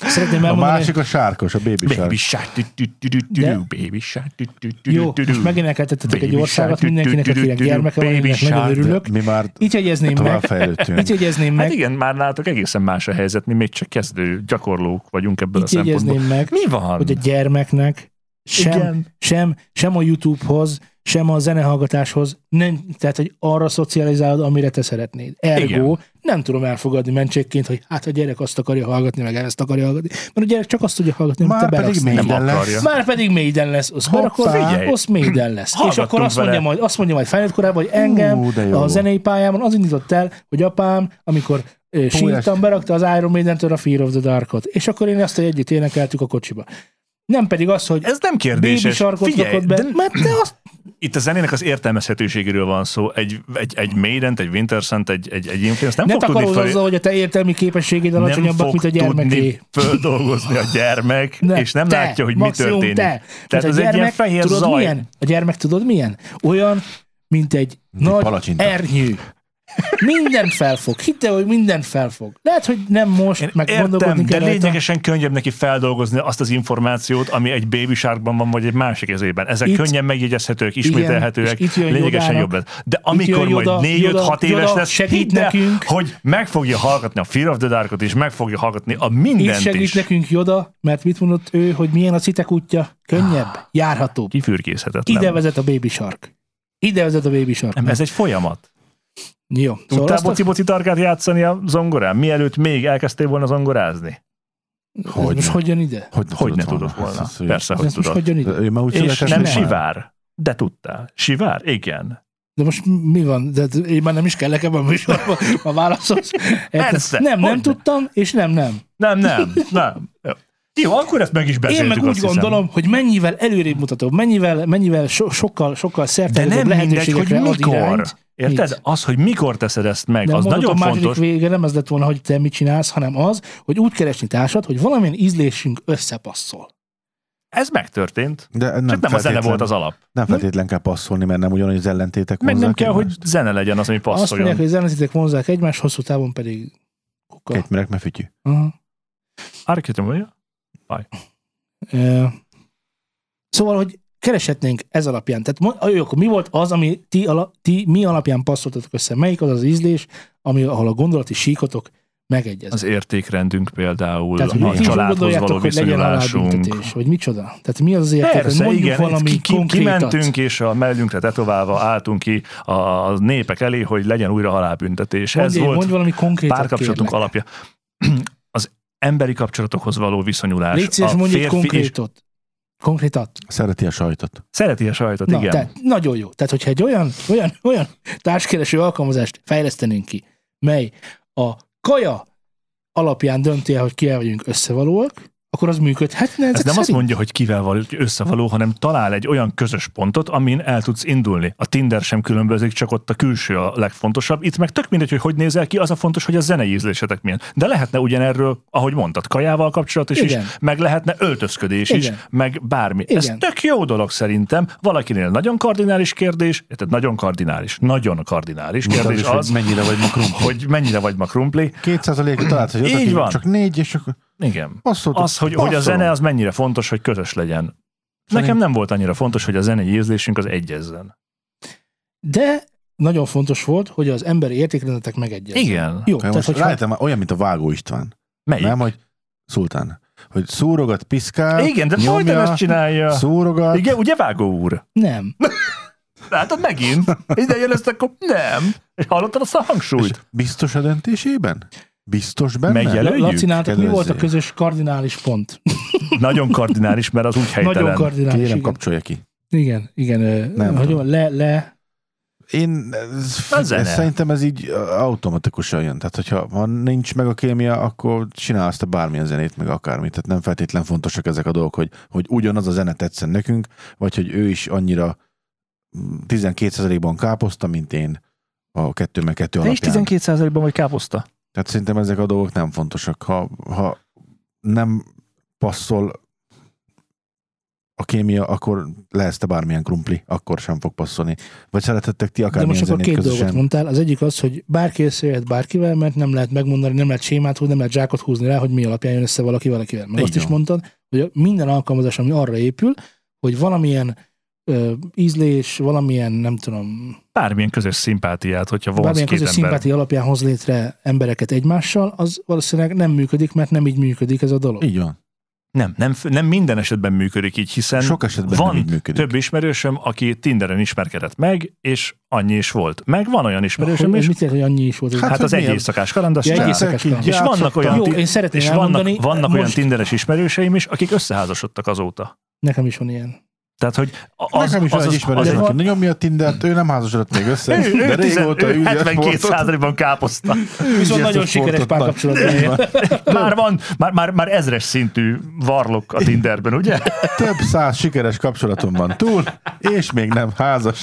[SPEAKER 2] Szeretném
[SPEAKER 3] A
[SPEAKER 2] elmondani,
[SPEAKER 3] másik a sárkos, a baby sárk.
[SPEAKER 1] Baby shark, du- du- du- du- du-
[SPEAKER 2] De-
[SPEAKER 1] du- baby shark, du- du- du-
[SPEAKER 2] Jó,
[SPEAKER 1] du- du-
[SPEAKER 2] most
[SPEAKER 1] du.
[SPEAKER 2] megenekeltetek egy
[SPEAKER 1] Baby
[SPEAKER 2] országot
[SPEAKER 1] shark,
[SPEAKER 2] mindenkinek, akinek
[SPEAKER 1] du-du-du-du-du,
[SPEAKER 2] gyermeke van,
[SPEAKER 1] baby
[SPEAKER 2] aminek nagyon
[SPEAKER 1] shark.
[SPEAKER 2] örülök.
[SPEAKER 3] Mi már
[SPEAKER 2] Így jegyezném
[SPEAKER 3] tovább
[SPEAKER 2] meg, így
[SPEAKER 3] fejlődtünk.
[SPEAKER 2] jegyezném
[SPEAKER 1] Hát
[SPEAKER 2] meg,
[SPEAKER 1] igen, már nálatok egészen más a helyzet, mi még csak kezdő gyakorlók vagyunk ebből a
[SPEAKER 2] így
[SPEAKER 1] szempontból.
[SPEAKER 2] jegyezném meg,
[SPEAKER 1] Mi van?
[SPEAKER 2] hogy a gyermeknek sem,
[SPEAKER 1] Igen,
[SPEAKER 2] sem, sem a YouTube-hoz, sem a zenehallgatáshoz, nem, tehát, hogy arra szocializálod, amire te szeretnéd. Ergo,
[SPEAKER 1] Igen.
[SPEAKER 2] nem tudom elfogadni mentségként, hogy hát a gyerek azt akarja hallgatni, meg ezt akarja hallgatni, mert a gyerek csak azt tudja hallgatni, amit te
[SPEAKER 3] Már
[SPEAKER 2] beraksz
[SPEAKER 3] pedig
[SPEAKER 2] neki.
[SPEAKER 1] nem
[SPEAKER 3] minden
[SPEAKER 1] akarja.
[SPEAKER 3] lesz.
[SPEAKER 2] Már pedig Maiden lesz, az
[SPEAKER 3] Hoppá.
[SPEAKER 2] akkor
[SPEAKER 1] Figyelj.
[SPEAKER 2] az Maiden lesz. És
[SPEAKER 1] Hallgattunk
[SPEAKER 2] akkor azt mondja,
[SPEAKER 1] vele.
[SPEAKER 2] majd, azt mondja majd felnőtt korában, hogy engem
[SPEAKER 3] Ú, de jó.
[SPEAKER 2] a zenei pályámon az indított el, hogy apám, amikor ö, sírtam,
[SPEAKER 3] este.
[SPEAKER 2] berakta az Iron Maiden-től a Fear of the Darkot. És akkor én azt, hogy együtt énekeltük a kocsiba. Nem pedig az, hogy
[SPEAKER 1] ez nem
[SPEAKER 2] Baby
[SPEAKER 1] kérdéses.
[SPEAKER 2] sarkot
[SPEAKER 1] Figyelj,
[SPEAKER 2] rakott be,
[SPEAKER 1] de
[SPEAKER 2] mert te azt
[SPEAKER 1] itt a zenének az értelmezhetőségéről van szó. Egy, egy, egy Maiden-t, egy Wintersent, egy, egy, egy Influence nem,
[SPEAKER 2] ne
[SPEAKER 1] fog tudni
[SPEAKER 2] takaróz
[SPEAKER 1] fel,
[SPEAKER 2] azzal, hogy a te értelmi képességed
[SPEAKER 1] nem
[SPEAKER 2] alacsonyabbak,
[SPEAKER 1] fog
[SPEAKER 2] mint a gyermeké.
[SPEAKER 1] tudni földolgozni a gyermek,
[SPEAKER 2] Ne,
[SPEAKER 1] és nem
[SPEAKER 2] te,
[SPEAKER 1] látja, hogy mi
[SPEAKER 2] maximum
[SPEAKER 1] történik.
[SPEAKER 2] Te.
[SPEAKER 1] ez
[SPEAKER 2] Tehát a
[SPEAKER 1] egy ilyen
[SPEAKER 2] gyermek,
[SPEAKER 1] fehér
[SPEAKER 2] tudod
[SPEAKER 1] zaj.
[SPEAKER 2] Milyen? A gyermek tudod milyen? Olyan, mint egy
[SPEAKER 3] egy
[SPEAKER 2] nagy
[SPEAKER 3] palacsinta.
[SPEAKER 2] ernyő. Minden felfog. Hidd el, hogy minden felfog. Lehet, hogy nem most,
[SPEAKER 1] Én
[SPEAKER 2] meg gondolkodni
[SPEAKER 1] értem, de
[SPEAKER 2] kell rajta.
[SPEAKER 1] lényegesen könnyebb neki feldolgozni azt az információt, ami egy baby sharkban van, vagy egy másik ezében. Ezek
[SPEAKER 2] Itt-
[SPEAKER 1] könnyen megjegyezhetők, ismételhetőek,
[SPEAKER 2] és itt jön
[SPEAKER 1] lényegesen
[SPEAKER 2] Yodának-
[SPEAKER 1] jobb lesz. De
[SPEAKER 2] jön
[SPEAKER 1] amikor majd
[SPEAKER 2] Yoda-
[SPEAKER 1] 4-5-6
[SPEAKER 2] Yoda-
[SPEAKER 1] éves
[SPEAKER 2] Yoda
[SPEAKER 1] lesz,
[SPEAKER 2] segít
[SPEAKER 1] hidd el,
[SPEAKER 2] nekünk.
[SPEAKER 1] hogy meg fogja hallgatni a Fear of the Darkot, és meg fogja hallgatni a mindent
[SPEAKER 2] Itt segít
[SPEAKER 1] is.
[SPEAKER 2] nekünk Joda, mert mit mondott ő, hogy milyen a citek útja? Könnyebb, járhatóbb.
[SPEAKER 1] Kifürkészhetetlen.
[SPEAKER 2] Ide vezet a Baby Shark. Ide vezet a Baby Shark.
[SPEAKER 1] Nem, ez egy folyamat.
[SPEAKER 2] Jó. Szóval
[SPEAKER 1] Tudtál
[SPEAKER 2] azt a-
[SPEAKER 1] boci-boci tarkát játszani a zongorán, mielőtt még elkezdtél volna zongorázni?
[SPEAKER 2] ez
[SPEAKER 3] Hogyne.
[SPEAKER 2] most hogy jön ide?
[SPEAKER 3] Hogy,
[SPEAKER 1] Hogy ne tudod volna?
[SPEAKER 3] hát Ez- ez-
[SPEAKER 1] Persze, hogy
[SPEAKER 2] Ez most
[SPEAKER 1] tudod.
[SPEAKER 2] hogy jön ide?
[SPEAKER 3] Ő már úgy
[SPEAKER 1] És
[SPEAKER 3] született,
[SPEAKER 1] nem
[SPEAKER 3] mint már.
[SPEAKER 1] sivár. De tudtál. Sivár? Igen.
[SPEAKER 2] De most mi van? De én már nem is kellek ebben a műsorban, ma válaszolsz. Érted?
[SPEAKER 1] Persze,
[SPEAKER 2] nem, nem
[SPEAKER 1] hogyne.
[SPEAKER 2] tudtam, és nem, nem.
[SPEAKER 1] Nem, nem, nem. Jó. Jó, akkor ezt meg is
[SPEAKER 2] Én
[SPEAKER 1] beszéltük.
[SPEAKER 2] meg úgy
[SPEAKER 1] azt hiszem.
[SPEAKER 2] gondolom, hogy mennyivel előrébb mutatóbb, mennyivel, mennyivel so, sokkal, sokkal
[SPEAKER 1] De
[SPEAKER 2] szertelenebb
[SPEAKER 1] nem mindegy, hogy
[SPEAKER 2] lehetőségekre ad
[SPEAKER 1] mikor.
[SPEAKER 2] irányt.
[SPEAKER 1] Érted?
[SPEAKER 2] Mit?
[SPEAKER 1] Az, hogy mikor teszed ezt meg,
[SPEAKER 2] De
[SPEAKER 1] az
[SPEAKER 2] mondod,
[SPEAKER 1] nagyon
[SPEAKER 2] a második
[SPEAKER 1] fontos.
[SPEAKER 2] vége nem ez lett volna, hogy te mit csinálsz, hanem az, hogy úgy keresni társat, hogy valamilyen ízlésünk összepasszol.
[SPEAKER 1] Ez megtörtént.
[SPEAKER 3] De nem,
[SPEAKER 1] Csak nem a zene
[SPEAKER 3] feltétlen-
[SPEAKER 1] volt az alap.
[SPEAKER 3] Nem feltétlen kell passzolni, mert nem ugyanúgy az ellentétek
[SPEAKER 1] Meg nem
[SPEAKER 3] hozzák
[SPEAKER 1] kell, hogy
[SPEAKER 3] egymást.
[SPEAKER 1] zene legyen az, ami
[SPEAKER 2] Azt mondják,
[SPEAKER 1] passzoljon.
[SPEAKER 2] hogy zenetétek vonzák egymást, hosszú távon pedig kuka.
[SPEAKER 3] Két merek, mert fütyű.
[SPEAKER 2] Aha.
[SPEAKER 1] Arkitom, hogy
[SPEAKER 2] Ö, Szóval, hogy kereshetnénk ez alapján. Tehát mo- jó, akkor mi volt az, ami ti, ala, ti mi alapján passzoltatok össze? Melyik az az ízlés, ami, ahol a gondolati síkotok megegyez?
[SPEAKER 1] az értékrendünk például,
[SPEAKER 2] Tehát, hogy
[SPEAKER 1] a
[SPEAKER 2] ti is úgy
[SPEAKER 1] családhoz való
[SPEAKER 2] gondoljátok, hogy legyen
[SPEAKER 1] viszonyulásunk.
[SPEAKER 2] halálbüntetés, vagy micsoda? Tehát mi az az érték? hogy
[SPEAKER 1] Persze,
[SPEAKER 2] mondjuk
[SPEAKER 1] igen,
[SPEAKER 2] valami
[SPEAKER 1] ki, ki,
[SPEAKER 2] konkrétat.
[SPEAKER 1] kimentünk, és a mellünkre tetoválva álltunk ki a, a népek elé, hogy legyen újra halálbüntetés.
[SPEAKER 2] Mondj,
[SPEAKER 1] Ez volt
[SPEAKER 2] mondj valami konkrétat,
[SPEAKER 1] párkapcsolatunk
[SPEAKER 2] kérlek.
[SPEAKER 1] alapja. Az emberi kapcsolatokhoz való viszonyulás.
[SPEAKER 2] Légy szíves,
[SPEAKER 1] a
[SPEAKER 2] mondj egy
[SPEAKER 1] férfi és-
[SPEAKER 2] konkrétot. Konkrétat.
[SPEAKER 3] Szereti a sajtot.
[SPEAKER 1] Szereti a sajtot,
[SPEAKER 2] Na,
[SPEAKER 1] Hát igen.
[SPEAKER 2] tehát nagyon jó. Tehát, hogyha egy olyan, olyan, olyan társkereső alkalmazást fejlesztenénk ki, mely a kaja alapján dönti el, hogy kivel vagyunk összevalóak, akkor az működhetne.
[SPEAKER 1] Ez
[SPEAKER 2] ezek
[SPEAKER 1] nem azt
[SPEAKER 2] szerint?
[SPEAKER 1] mondja, hogy kivel való, hogy összevaló, hanem talál egy olyan közös pontot, amin el tudsz indulni. A Tinder sem különbözik, csak ott a külső a legfontosabb. Itt meg tök mindegy, hogy hogy nézel ki, az a fontos, hogy a zenei ízlésetek milyen. De lehetne ugyanerről, ahogy mondtad, kajával kapcsolatos is,
[SPEAKER 2] Igen.
[SPEAKER 1] meg lehetne öltözködés is,
[SPEAKER 2] Igen.
[SPEAKER 1] meg bármi. Ez
[SPEAKER 2] Igen.
[SPEAKER 1] tök jó dolog szerintem. Valakinél nagyon kardinális kérdés, tehát nagyon kardinális, nagyon kardinális
[SPEAKER 3] Mutasd
[SPEAKER 1] kérdés
[SPEAKER 3] is, hogy
[SPEAKER 1] az,
[SPEAKER 3] mennyire vagy ma krumpli.
[SPEAKER 1] hogy mennyire vagy ma krumpli.
[SPEAKER 3] 2% talált, hogy
[SPEAKER 1] Így
[SPEAKER 3] ott,
[SPEAKER 1] van.
[SPEAKER 3] van. csak négy, és akkor
[SPEAKER 1] Igen.
[SPEAKER 3] passzoltuk.
[SPEAKER 1] az, Hát hogy, hogy a
[SPEAKER 3] Passzolom.
[SPEAKER 1] zene az mennyire fontos, hogy közös legyen. Nekem
[SPEAKER 3] Szerint-
[SPEAKER 1] nem volt annyira fontos, hogy a zenei ízlésünk az egyezzen.
[SPEAKER 2] De nagyon fontos volt, hogy az emberi értékrendetek megegyeznek.
[SPEAKER 1] Igen.
[SPEAKER 2] Jó,
[SPEAKER 3] Akkor
[SPEAKER 2] tehát
[SPEAKER 3] Hát Most
[SPEAKER 2] hogy ha-
[SPEAKER 3] rájöttem, olyan, mint a Vágó István.
[SPEAKER 1] Melyik?
[SPEAKER 3] Nem, hogy Szultán. Hogy szúrogat, piszkál,
[SPEAKER 1] Igen, de
[SPEAKER 3] nyomja,
[SPEAKER 1] folyton ezt csinálja.
[SPEAKER 3] szúrogat.
[SPEAKER 1] Igen, ugye Vágó úr?
[SPEAKER 2] nem.
[SPEAKER 1] Látod, megint. Ide jön ezt, akkor nem. És hallottad azt a
[SPEAKER 3] És
[SPEAKER 1] hangsúlyt?
[SPEAKER 3] biztos a döntésében? Biztos benne?
[SPEAKER 1] Megjel- Előnyük,
[SPEAKER 2] Laci, nálatok mi volt a
[SPEAKER 3] kedvezzék.
[SPEAKER 2] közös kardinális pont?
[SPEAKER 1] Nagyon kardinális, mert az úgy helytelen.
[SPEAKER 2] Nagyon kardinális.
[SPEAKER 3] Kérem,
[SPEAKER 2] Igen,
[SPEAKER 3] kapcsolja ki.
[SPEAKER 2] igen, igen ö,
[SPEAKER 3] Nem
[SPEAKER 2] hogy
[SPEAKER 3] tudom.
[SPEAKER 2] van, le, le,
[SPEAKER 3] Én ez,
[SPEAKER 1] A
[SPEAKER 3] ez
[SPEAKER 1] zene.
[SPEAKER 3] szerintem ez így ö, automatikusan jön. Tehát, hogyha ha nincs meg a kémia, akkor csinál azt a bármilyen zenét, meg akármit. Tehát nem feltétlen fontosak ezek a dolgok, hogy, hogy ugyanaz a zene tetszen nekünk, vagy hogy ő is annyira mm, 12%-ban káposzta, mint én a kettő meg kettő
[SPEAKER 1] Te is
[SPEAKER 3] alapján.
[SPEAKER 1] 12%-ban vagy káposzta?
[SPEAKER 3] Tehát szerintem ezek a dolgok nem fontosak. Ha, ha nem passzol a kémia, akkor lehez te bármilyen krumpli, akkor sem fog passzolni. Vagy szeretettek ti
[SPEAKER 2] de most
[SPEAKER 3] akármilyen
[SPEAKER 2] akkor
[SPEAKER 3] zenét
[SPEAKER 2] két dolgot
[SPEAKER 3] közösen.
[SPEAKER 2] mondtál. Az egyik az, hogy bárki összejöhet bárkivel, mert nem lehet megmondani, nem lehet sémát húzni, nem lehet zsákot húzni rá, hogy mi alapján jön össze valaki valakivel. Meg
[SPEAKER 3] Így
[SPEAKER 2] azt is
[SPEAKER 3] van.
[SPEAKER 2] mondtad, hogy minden alkalmazás, ami arra épül, hogy valamilyen ö, ízlés, valamilyen, nem tudom,
[SPEAKER 1] Bármilyen közös szimpátiát, hogyha vonz
[SPEAKER 2] bármilyen
[SPEAKER 1] két
[SPEAKER 2] közös
[SPEAKER 1] ember.
[SPEAKER 2] szimpátia alapján hoz létre embereket egymással, az valószínűleg nem működik, mert nem így működik ez a dolog.
[SPEAKER 3] Így van.
[SPEAKER 1] Nem, nem, f- nem minden esetben működik így, hiszen
[SPEAKER 3] Sok esetben
[SPEAKER 1] van
[SPEAKER 3] nem így működik.
[SPEAKER 1] több ismerősöm, aki Tinderen ismerkedett meg, és annyi is volt. Meg van olyan ismerősöm
[SPEAKER 2] Hogy,
[SPEAKER 1] is,
[SPEAKER 2] mit jelent, hogy annyi is volt?
[SPEAKER 3] Hát,
[SPEAKER 1] hát
[SPEAKER 3] hogy
[SPEAKER 1] az egy
[SPEAKER 3] milyen?
[SPEAKER 1] éjszakás kaland, azt
[SPEAKER 2] Ja, egy
[SPEAKER 1] csinál.
[SPEAKER 2] éjszakás kaland.
[SPEAKER 1] És vannak olyan,
[SPEAKER 2] Jó,
[SPEAKER 1] ti-
[SPEAKER 2] én szeretném
[SPEAKER 1] és vannak,
[SPEAKER 2] elmondani,
[SPEAKER 1] vannak olyan
[SPEAKER 2] most-
[SPEAKER 1] tinderes ismerőseim is, akik összeházasodtak azóta.
[SPEAKER 2] Nekem is van ilyen.
[SPEAKER 1] Tehát, hogy
[SPEAKER 3] Az,
[SPEAKER 1] az,
[SPEAKER 3] Nekem is
[SPEAKER 1] az,
[SPEAKER 3] az,
[SPEAKER 1] az,
[SPEAKER 3] egy
[SPEAKER 1] az,
[SPEAKER 3] ismerősöm, aki ne nyomja a Tindert, ő nem házasodott még össze,
[SPEAKER 1] ő, ő,
[SPEAKER 3] de
[SPEAKER 1] tizen,
[SPEAKER 3] régóta
[SPEAKER 1] ő
[SPEAKER 3] űzi a
[SPEAKER 1] 72
[SPEAKER 3] sportot.
[SPEAKER 1] százalékban káposzta.
[SPEAKER 2] Viszont
[SPEAKER 3] ezt a
[SPEAKER 2] nagyon sikeres
[SPEAKER 3] sportot,
[SPEAKER 2] párkapcsolatban
[SPEAKER 3] nagy-
[SPEAKER 2] él.
[SPEAKER 1] Már van, már, már, már ezres szintű varlok a Tinderben, ugye?
[SPEAKER 3] Több száz sikeres kapcsolatom van túl, és még nem házas.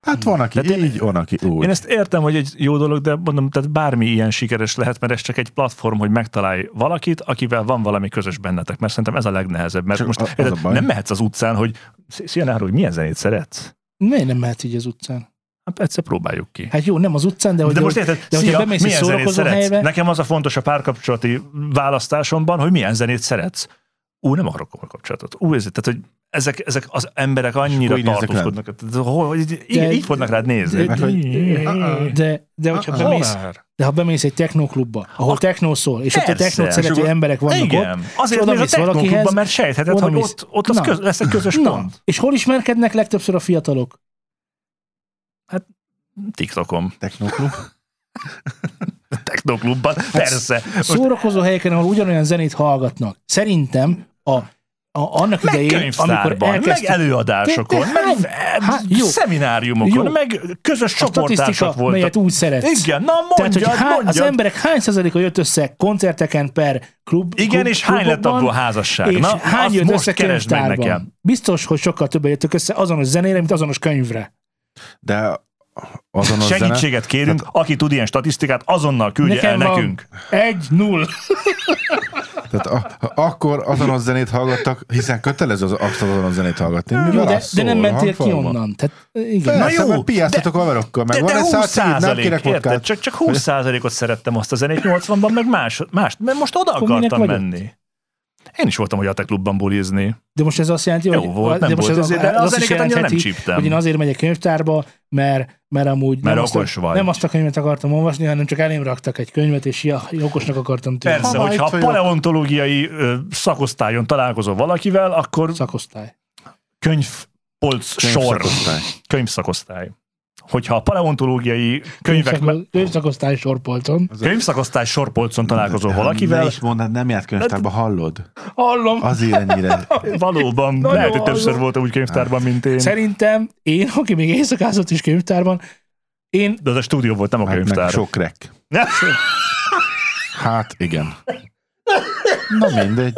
[SPEAKER 3] Hát van, aki
[SPEAKER 1] De tényleg-
[SPEAKER 3] így, van, aki úgy.
[SPEAKER 1] Én ezt értem, hogy egy jó dolog, de mondom, tehát bármi ilyen sikeres lehet, mert ez csak egy platform, hogy megtalálj valakit, akivel van valami közös bennetek, mert szerintem ez a legnehezebb. Mert
[SPEAKER 3] Csak
[SPEAKER 1] most
[SPEAKER 3] a- az
[SPEAKER 1] érted,
[SPEAKER 3] a baj.
[SPEAKER 1] nem mehetsz az utcán, hogy "Szia, Szia Náru, hogy milyen zenét szeretsz?
[SPEAKER 2] Miért nem mehet így az utcán?
[SPEAKER 1] Hát egyszer próbáljuk ki.
[SPEAKER 2] Hát jó, nem az utcán, de,
[SPEAKER 1] De,
[SPEAKER 2] hogy
[SPEAKER 1] most érted,
[SPEAKER 2] de hogyha
[SPEAKER 1] szia,
[SPEAKER 2] bemész egy
[SPEAKER 1] milyen zenét
[SPEAKER 2] szórakozó
[SPEAKER 1] szeretsz?
[SPEAKER 2] helyre-
[SPEAKER 1] Nekem az a fontos a párkapcsolati választásomban, hogy milyen zenét szeretsz. Ú, nem akarok komoly kapcsolatot. Ú, ez, tehát, hogy ezek, ezek az emberek annyira
[SPEAKER 3] így néznek rád.
[SPEAKER 1] tartózkodnak. Tehát, hol- hogy így,
[SPEAKER 2] De-
[SPEAKER 1] így fognak rád nézni.
[SPEAKER 2] de-
[SPEAKER 1] Mert, hogy...
[SPEAKER 2] de, de, hogyha
[SPEAKER 3] Ah, ah.
[SPEAKER 2] bemész, de ha bemész egy technoklubba, ahol
[SPEAKER 1] Ak-
[SPEAKER 2] technó szól, és ott a
[SPEAKER 1] Persze.
[SPEAKER 2] technót
[SPEAKER 1] És
[SPEAKER 2] szerető
[SPEAKER 1] akkor-
[SPEAKER 2] emberek vannak ott,
[SPEAKER 1] Igen, azért
[SPEAKER 2] oda
[SPEAKER 1] mész a
[SPEAKER 2] mész valakihez,
[SPEAKER 1] technoklubban, mert sejtheted,
[SPEAKER 2] oda
[SPEAKER 1] hogy
[SPEAKER 2] mész.
[SPEAKER 1] ott, ott az
[SPEAKER 2] Na.
[SPEAKER 1] köz, lesz egy közös
[SPEAKER 2] Na,
[SPEAKER 1] pont.
[SPEAKER 2] és hol ismerkednek legtöbbször a fiatalok?
[SPEAKER 1] TikTokon,
[SPEAKER 3] Technoklub.
[SPEAKER 1] technoklubban,
[SPEAKER 2] Hát
[SPEAKER 1] persze. Most
[SPEAKER 2] szórakozó helyeken, ahol ugyanolyan zenét hallgatnak. Szerintem a, a annak
[SPEAKER 1] meg
[SPEAKER 2] idején, amikor
[SPEAKER 1] könyvtárban, meg
[SPEAKER 2] elkezdtük,
[SPEAKER 1] előadásokon,
[SPEAKER 2] Te- te hány-
[SPEAKER 1] meg
[SPEAKER 2] há-
[SPEAKER 1] eh,
[SPEAKER 2] jó.
[SPEAKER 1] szemináriumokon,
[SPEAKER 2] Jó.
[SPEAKER 1] meg közös
[SPEAKER 2] a statisztika,
[SPEAKER 1] csoportársak voltak.
[SPEAKER 2] melyet úgy szeretsz.
[SPEAKER 1] Igen, na
[SPEAKER 2] Tehát, hogy
[SPEAKER 1] mondjad,
[SPEAKER 2] hány, az
[SPEAKER 1] mondjad.
[SPEAKER 2] emberek hány százaléka jött össze koncerteken per klub
[SPEAKER 1] Igen,
[SPEAKER 2] klub,
[SPEAKER 1] és hány lett
[SPEAKER 2] klubokban,
[SPEAKER 1] abból házasság?
[SPEAKER 2] És
[SPEAKER 1] Na,
[SPEAKER 2] hány
[SPEAKER 1] azt
[SPEAKER 2] jött
[SPEAKER 1] most
[SPEAKER 2] össze
[SPEAKER 1] keresd meg nekem.
[SPEAKER 2] könyvtárban? Biztos, hogy sokkal többen jöttek össze azonos zenére, mint azonos könyvre.
[SPEAKER 3] De azonos zene. Hát-
[SPEAKER 1] Segítséget kérünk, aki tud ilyen statisztikát, azonnal küldje el
[SPEAKER 2] Nekem van.
[SPEAKER 1] nekünk.
[SPEAKER 2] Egy, null.
[SPEAKER 3] Tehát a, akkor azonos zenét hallgattak, hiszen kötelező az abszolút azonos zenét hallgatni. Mi
[SPEAKER 2] Jó,
[SPEAKER 3] vele
[SPEAKER 2] de,
[SPEAKER 3] szól,
[SPEAKER 2] de nem mentél ki
[SPEAKER 3] hangfalban?
[SPEAKER 2] onnan. Tehát, eh, igen.
[SPEAKER 3] Persze,
[SPEAKER 1] Na jó,
[SPEAKER 3] Na jó, piáztatok haverokkal, meg
[SPEAKER 1] De,
[SPEAKER 3] van
[SPEAKER 1] de
[SPEAKER 3] egy
[SPEAKER 1] 20
[SPEAKER 3] száz cigit, nem
[SPEAKER 1] százalék,
[SPEAKER 3] kérek
[SPEAKER 1] érted?
[SPEAKER 3] vodkát.
[SPEAKER 1] Csak, csak 20 százalékot szerettem azt a zenét 80-ban, meg más, más mert most oda
[SPEAKER 2] Akkor minek
[SPEAKER 1] akartam
[SPEAKER 2] vagy ott?
[SPEAKER 1] menni. Én is voltam, hogy a te klubban bulizni.
[SPEAKER 2] De most ez azt jelenti,
[SPEAKER 1] Jó
[SPEAKER 2] hogy...
[SPEAKER 1] volt, nem
[SPEAKER 2] de most
[SPEAKER 1] volt
[SPEAKER 2] ez,
[SPEAKER 1] azért, de
[SPEAKER 2] ez
[SPEAKER 1] a
[SPEAKER 2] azt is
[SPEAKER 1] zenéket annyira nem
[SPEAKER 2] jelentheti,
[SPEAKER 1] csíptem.
[SPEAKER 2] Hogy én azért megyek könyvtárba, mert, mert amúgy
[SPEAKER 1] Mert
[SPEAKER 2] nem,
[SPEAKER 1] okos
[SPEAKER 2] azt, a-
[SPEAKER 1] vagy.
[SPEAKER 2] nem azt a könyvet akartam olvasni, hanem csak elém raktak egy könyvet, és ja, okosnak akartam tűnni.
[SPEAKER 1] Persze,
[SPEAKER 3] Ha, ha
[SPEAKER 1] hogyha
[SPEAKER 3] itt
[SPEAKER 1] a
[SPEAKER 3] vagyok.
[SPEAKER 1] paleontológiai ö, szakosztályon találkozol valakivel, akkor
[SPEAKER 2] Szakosztály.
[SPEAKER 1] könyvpolc sor,
[SPEAKER 3] Könyvszakosztály.
[SPEAKER 1] könyvszakosztály. Hogyha a paleontológiai könyvek,
[SPEAKER 2] Könyvszako- Könyvszakosztály sorpolton.
[SPEAKER 1] könyvszakosztály sorpolcon találkozol
[SPEAKER 3] Ne
[SPEAKER 1] valakivel, Hát-
[SPEAKER 3] is mondd, nem járt könyvtárba, hallod?
[SPEAKER 2] Hallom.
[SPEAKER 3] Azért ennyire.
[SPEAKER 1] valóban
[SPEAKER 2] Nagyon
[SPEAKER 1] lehet, hogy
[SPEAKER 2] hallom.
[SPEAKER 1] többször voltam úgy könyvtárban, mint én.
[SPEAKER 2] Szerintem én, aki még éjszakázott is könyvtárban, én
[SPEAKER 1] De az a stúdió volt, nem a
[SPEAKER 3] Hát meg
[SPEAKER 1] könyvtár.
[SPEAKER 3] sok rek.
[SPEAKER 1] Ne?
[SPEAKER 3] Hát igen. Na mindegy.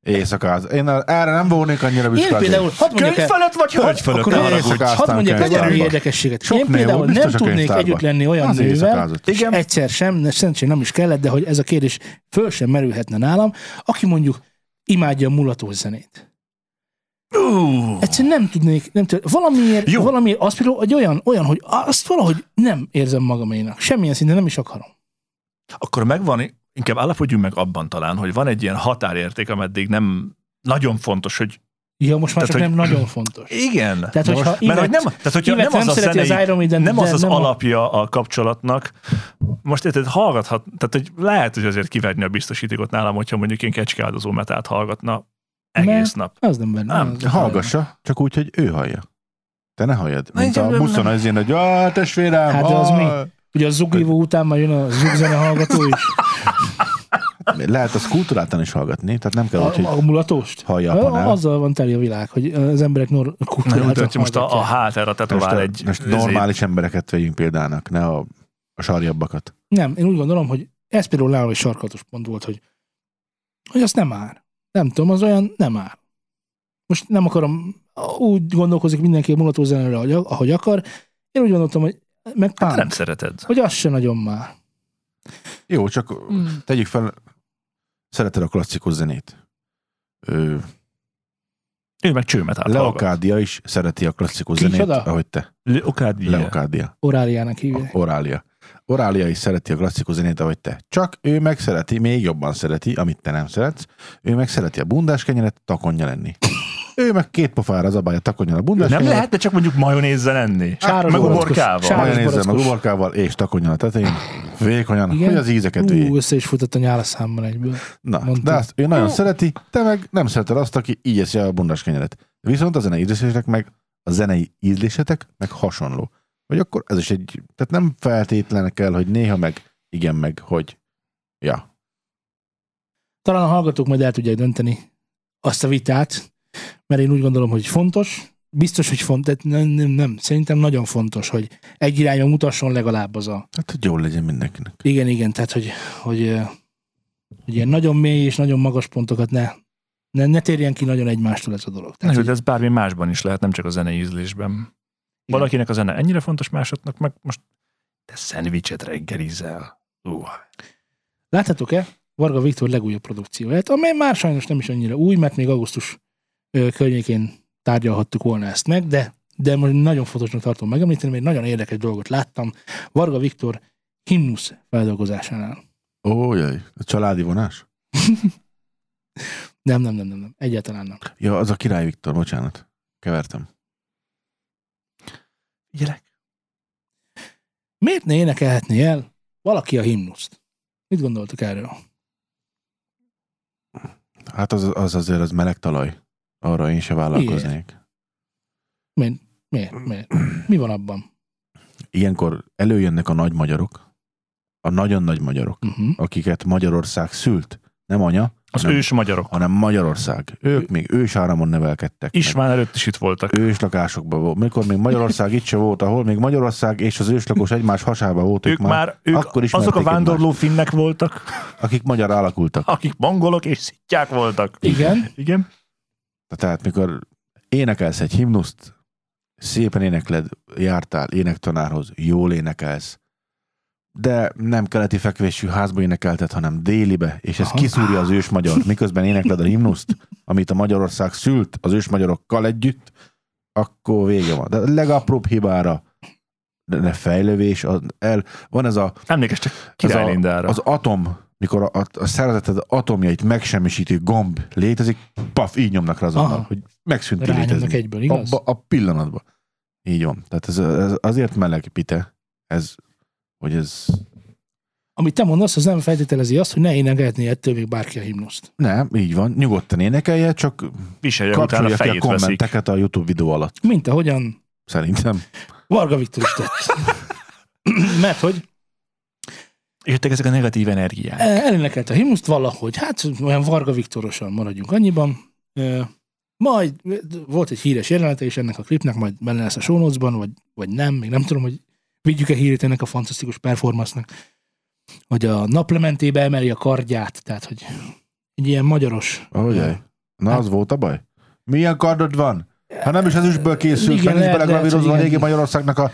[SPEAKER 3] Éjszakáz. Én erre nem volnék annyira
[SPEAKER 2] Én
[SPEAKER 3] büszke.
[SPEAKER 2] például, hadd mondjak
[SPEAKER 1] Könyv
[SPEAKER 2] el,
[SPEAKER 1] felett vagy hát? hogy?
[SPEAKER 4] Könyv felett
[SPEAKER 2] akkor
[SPEAKER 4] ne
[SPEAKER 2] hadd
[SPEAKER 4] haragudj.
[SPEAKER 3] éjszakáztam
[SPEAKER 2] hadd mondjak egy
[SPEAKER 3] könyvtárban.
[SPEAKER 2] valami érdekességet.
[SPEAKER 3] Sok
[SPEAKER 2] Én
[SPEAKER 3] néma,
[SPEAKER 2] például nem
[SPEAKER 3] biztos a
[SPEAKER 2] tudnék
[SPEAKER 3] könyvtárban.
[SPEAKER 2] együtt lenni olyan
[SPEAKER 3] Az
[SPEAKER 2] nővel,
[SPEAKER 3] éjszakázott.
[SPEAKER 2] és egyszer sem, ne- szerencsére nem is kellett, de hogy ez a kérdés föl sem merülhetne nálam, aki mondjuk imádja a mulatós zenét. Egyszerűen nem tudnék, nem tudom, valamiért,
[SPEAKER 4] Jó.
[SPEAKER 2] valamiért az például egy olyan, olyan, hogy azt valahogy nem érzem magaménak. Semmilyen szinten nem is akarom.
[SPEAKER 4] Akkor megvan, inkább állapodjunk meg abban talán, hogy van egy ilyen határérték, ameddig nem nagyon fontos, hogy
[SPEAKER 2] Ja, most már
[SPEAKER 4] Tehát,
[SPEAKER 2] csak
[SPEAKER 4] hogy-
[SPEAKER 2] nem nagyon fontos.
[SPEAKER 4] igen.
[SPEAKER 2] Tehát,
[SPEAKER 4] De
[SPEAKER 2] hogyha
[SPEAKER 4] most- mert hogy
[SPEAKER 2] Yvette-
[SPEAKER 4] nem, tehát, hogyha
[SPEAKER 2] Ivet
[SPEAKER 4] nem az a
[SPEAKER 2] szereti
[SPEAKER 4] zenei,
[SPEAKER 2] az Iron Maiden,
[SPEAKER 4] nem
[SPEAKER 2] de
[SPEAKER 4] az az
[SPEAKER 2] nem a-
[SPEAKER 4] alapja a kapcsolatnak. Most érted, hallgathat, tehát hogy lehet, hogy azért kiverni a biztosítékot nálam, hogyha mondjuk én kecskádozó metát hallgatna egész nap.
[SPEAKER 2] Az nem benne.
[SPEAKER 4] Nem,
[SPEAKER 2] az-
[SPEAKER 3] Hallgassa, csak úgy, hogy ő hallja. Te ne halljad.
[SPEAKER 4] Na,
[SPEAKER 3] Mint
[SPEAKER 4] igen,
[SPEAKER 3] a
[SPEAKER 4] nem-
[SPEAKER 3] buszon
[SPEAKER 4] nem.
[SPEAKER 3] az ilyen, hogy ah, testvérem,
[SPEAKER 2] Hát de az
[SPEAKER 3] ah."
[SPEAKER 2] Ugye a zugívó után már jön a zugzene hallgató is.
[SPEAKER 3] Lehet azt kulturáltan is hallgatni, tehát nem kell, hogy
[SPEAKER 2] A, a mulatost?
[SPEAKER 3] hallja a panel.
[SPEAKER 2] A, azzal van teli a világ, hogy az emberek nor-
[SPEAKER 4] Na jó,
[SPEAKER 2] kultúrát
[SPEAKER 4] tehát most a, a
[SPEAKER 2] hallgatják.
[SPEAKER 4] hátára
[SPEAKER 3] Most,
[SPEAKER 4] tetovál
[SPEAKER 3] a,
[SPEAKER 4] egy...
[SPEAKER 3] most normális embereket vegyünk példának, ne a, a sarjabbakat.
[SPEAKER 2] Nem, én úgy gondolom, hogy ez például nálam egy sarkatos pont volt, hogy, hogy azt nem ár. Nem tudom, az olyan nem ár. Most nem akarom, úgy gondolkozik mindenki a mulató zenére, ahogy- ahogy akar. Én úgy gondoltam, hogy meg punk,
[SPEAKER 4] Hát Nem szereted.
[SPEAKER 2] hogy az se nagyon már.
[SPEAKER 3] Jó, csak tegyük fel, szereted a klasszikus zenét. Ö,
[SPEAKER 4] Ő meg csőmetát Hát hallgat.
[SPEAKER 3] Leokádia is szereti a klasszikus
[SPEAKER 2] Kicsoda?
[SPEAKER 3] zenét, ahogy te.
[SPEAKER 4] Leokád. Leokád.
[SPEAKER 3] Leokádia.
[SPEAKER 2] Oráliának hívják.
[SPEAKER 3] Orália. Orália is szereti a klasszikus zenét, ahogy te. Csak ő meg szereti, még jobban szereti, amit te nem szeretsz. Ő meg szereti a bundás kenyeret, takonja lenni. Ő meg két pofára az abája, takonja a bundás
[SPEAKER 4] Nem
[SPEAKER 3] kenyeret,
[SPEAKER 4] lehet, de csak mondjuk majonézzel enni.
[SPEAKER 2] Sáros
[SPEAKER 4] meg
[SPEAKER 2] barackos-
[SPEAKER 4] uborkával.
[SPEAKER 2] sáros
[SPEAKER 3] majonézzel, meg
[SPEAKER 2] barackos.
[SPEAKER 3] uborkával, és takonja a tetején. Vékonyan,
[SPEAKER 2] Igen?
[SPEAKER 3] hogy az ízeket
[SPEAKER 2] Ú,
[SPEAKER 3] végy.
[SPEAKER 2] össze is futott a nyálaszámmal egyből.
[SPEAKER 3] Na,
[SPEAKER 2] Mondtuk.
[SPEAKER 3] de azt ő nagyon szereti, te meg nem szereted azt, aki így eszi a bundás kenyeret. Viszont a zenei ízlésetek meg a zenei ízlésetek meg hasonló. Vagy akkor ez is egy, tehát nem feltétlen kell, hogy néha meg, igen meg, hogy ja.
[SPEAKER 2] talán a hallgatók majd el tudják dönteni azt a vitát, mert én úgy gondolom, hogy fontos, biztos, hogy fontos, nem, nem, nem, szerintem nagyon fontos, hogy egy irányba mutasson legalább az a...
[SPEAKER 3] Hát, hogy jól legyen mindenkinek.
[SPEAKER 2] Igen, igen, tehát, hogy, hogy, ö, hogy ilyen nagyon mély és nagyon magas pontokat ne, ne, ne térjen ki nagyon egymástól ez a dolog.
[SPEAKER 1] Na
[SPEAKER 2] Tehát,
[SPEAKER 1] jó, de
[SPEAKER 2] hogy,
[SPEAKER 1] ez bármi másban is lehet, nem csak a zenei ízlésben. Valakinek a zene ennyire fontos, másoknak meg most te szendvicset reggelizel. Uh.
[SPEAKER 2] láttátok-e Varga Viktor legújabb produkcióját, amely már sajnos nem is annyira új, mert még augusztus ö, környékén tárgyalhattuk volna ezt meg, de, de most nagyon fontosnak tartom megemlíteni, mert egy nagyon érdekes dolgot láttam. Varga Viktor himnusz feldolgozásánál.
[SPEAKER 3] Ó, jaj, a családi vonás?
[SPEAKER 2] Nem, nem, nem, nem, nem. Egyáltalán nem.
[SPEAKER 3] Ja, az a Király Viktor, bocsánat. Kevertem.
[SPEAKER 1] Gyerek.
[SPEAKER 2] Miért ne énekelhetné el valaki a himnuszt? Mit gondoltok erről?
[SPEAKER 3] Hát az, az azért az meleg talaj. Arra én se vállalkoznék.
[SPEAKER 2] Miért? Miért? Miért? Mi van abban?
[SPEAKER 3] Ilyenkor előjönnek a nagy magyarok, a nagyon nagy magyarok,
[SPEAKER 2] Uh-huh.
[SPEAKER 3] akiket Magyarország szült, nem anya,
[SPEAKER 1] Az
[SPEAKER 3] Nem.
[SPEAKER 1] ős magyarok.
[SPEAKER 3] hanem Magyarország. Ők még ősáramon nevelkedtek. meg
[SPEAKER 1] István előtt is itt voltak.
[SPEAKER 3] Őslakásokban volt. Mikor még Magyarország itt se volt, ahol még Magyarország és az őslakos egymás hasába voltak
[SPEAKER 1] Ők már, ők
[SPEAKER 3] akkor is
[SPEAKER 1] azok a
[SPEAKER 3] merték
[SPEAKER 1] vándorló finnek voltak,
[SPEAKER 3] akik magyar alakultak.
[SPEAKER 1] akik mongolok és szittyák voltak.
[SPEAKER 2] Igen.
[SPEAKER 1] Igen.
[SPEAKER 3] Tehát mikor énekelsz egy himnuszt, szépen énekled, jártál énektanárhoz, jól énekelsz, de nem keleti fekvésű házba énekelted, hanem délibe, és ez
[SPEAKER 2] Aha.
[SPEAKER 3] kiszúrja az ős magyar. Miközben énekled a himnuszt, amit a Magyarország szült az ős magyarokkal együtt, akkor vége van. De a legapróbb hibára de ne fejlövés, az el, van ez a,
[SPEAKER 1] Emlékezz csak Királylindára.
[SPEAKER 3] az atom, mikor a, a, a szervezeted atomjait megsemmisítő gomb létezik, paf, így nyomnak rá azonnal,
[SPEAKER 2] Aha.
[SPEAKER 3] hogy megszűnt ti
[SPEAKER 2] Rányomnak
[SPEAKER 3] létezni.
[SPEAKER 2] egyből, igaz?
[SPEAKER 3] Abba
[SPEAKER 2] Abba.
[SPEAKER 3] a pillanatban. Így van. Tehát ez, ez azért meleg pite, ez, hogy ez
[SPEAKER 2] Amit te mondasz, az nem feltételezi azt, hogy ne énekelhetné ettől még bárki a himnuszt.
[SPEAKER 3] nem, így van, nyugodtan énekelje, csak
[SPEAKER 1] Viselje utána
[SPEAKER 3] kapcsolja ki a
[SPEAKER 1] fejét veszik.
[SPEAKER 3] kommenteket a YouTube videó alatt,
[SPEAKER 2] Mint ahogyan
[SPEAKER 3] szerintem.
[SPEAKER 2] Varga Viktor is tett. Mert hogy
[SPEAKER 1] Jöttek ezek a negatív energiák.
[SPEAKER 2] E, elénekelt a himnuszt valahogy, hát olyan Varga Viktorosan maradjunk annyiban. Ö, Majd volt egy híres jelenete is ennek a klipnek, majd benne lesz a show notes-ban, vagy, vagy nem, még nem tudom, hogy vigyük-e hírét ennek a fantasztikus performance-nak, hogy a naplementébe emeli a kardját, tehát hogy Egy ilyen magyaros.
[SPEAKER 3] Ahogy
[SPEAKER 2] Igen.
[SPEAKER 3] Na,
[SPEAKER 2] Hát-
[SPEAKER 3] az volt a baj? Milyen kardod van? Hát nem is ezüstből készült,
[SPEAKER 2] Igen,
[SPEAKER 3] nem is
[SPEAKER 2] lehet-
[SPEAKER 3] belegravírozva a
[SPEAKER 2] lehet, hogy
[SPEAKER 3] régi
[SPEAKER 2] igen.
[SPEAKER 3] Magyarországnak a...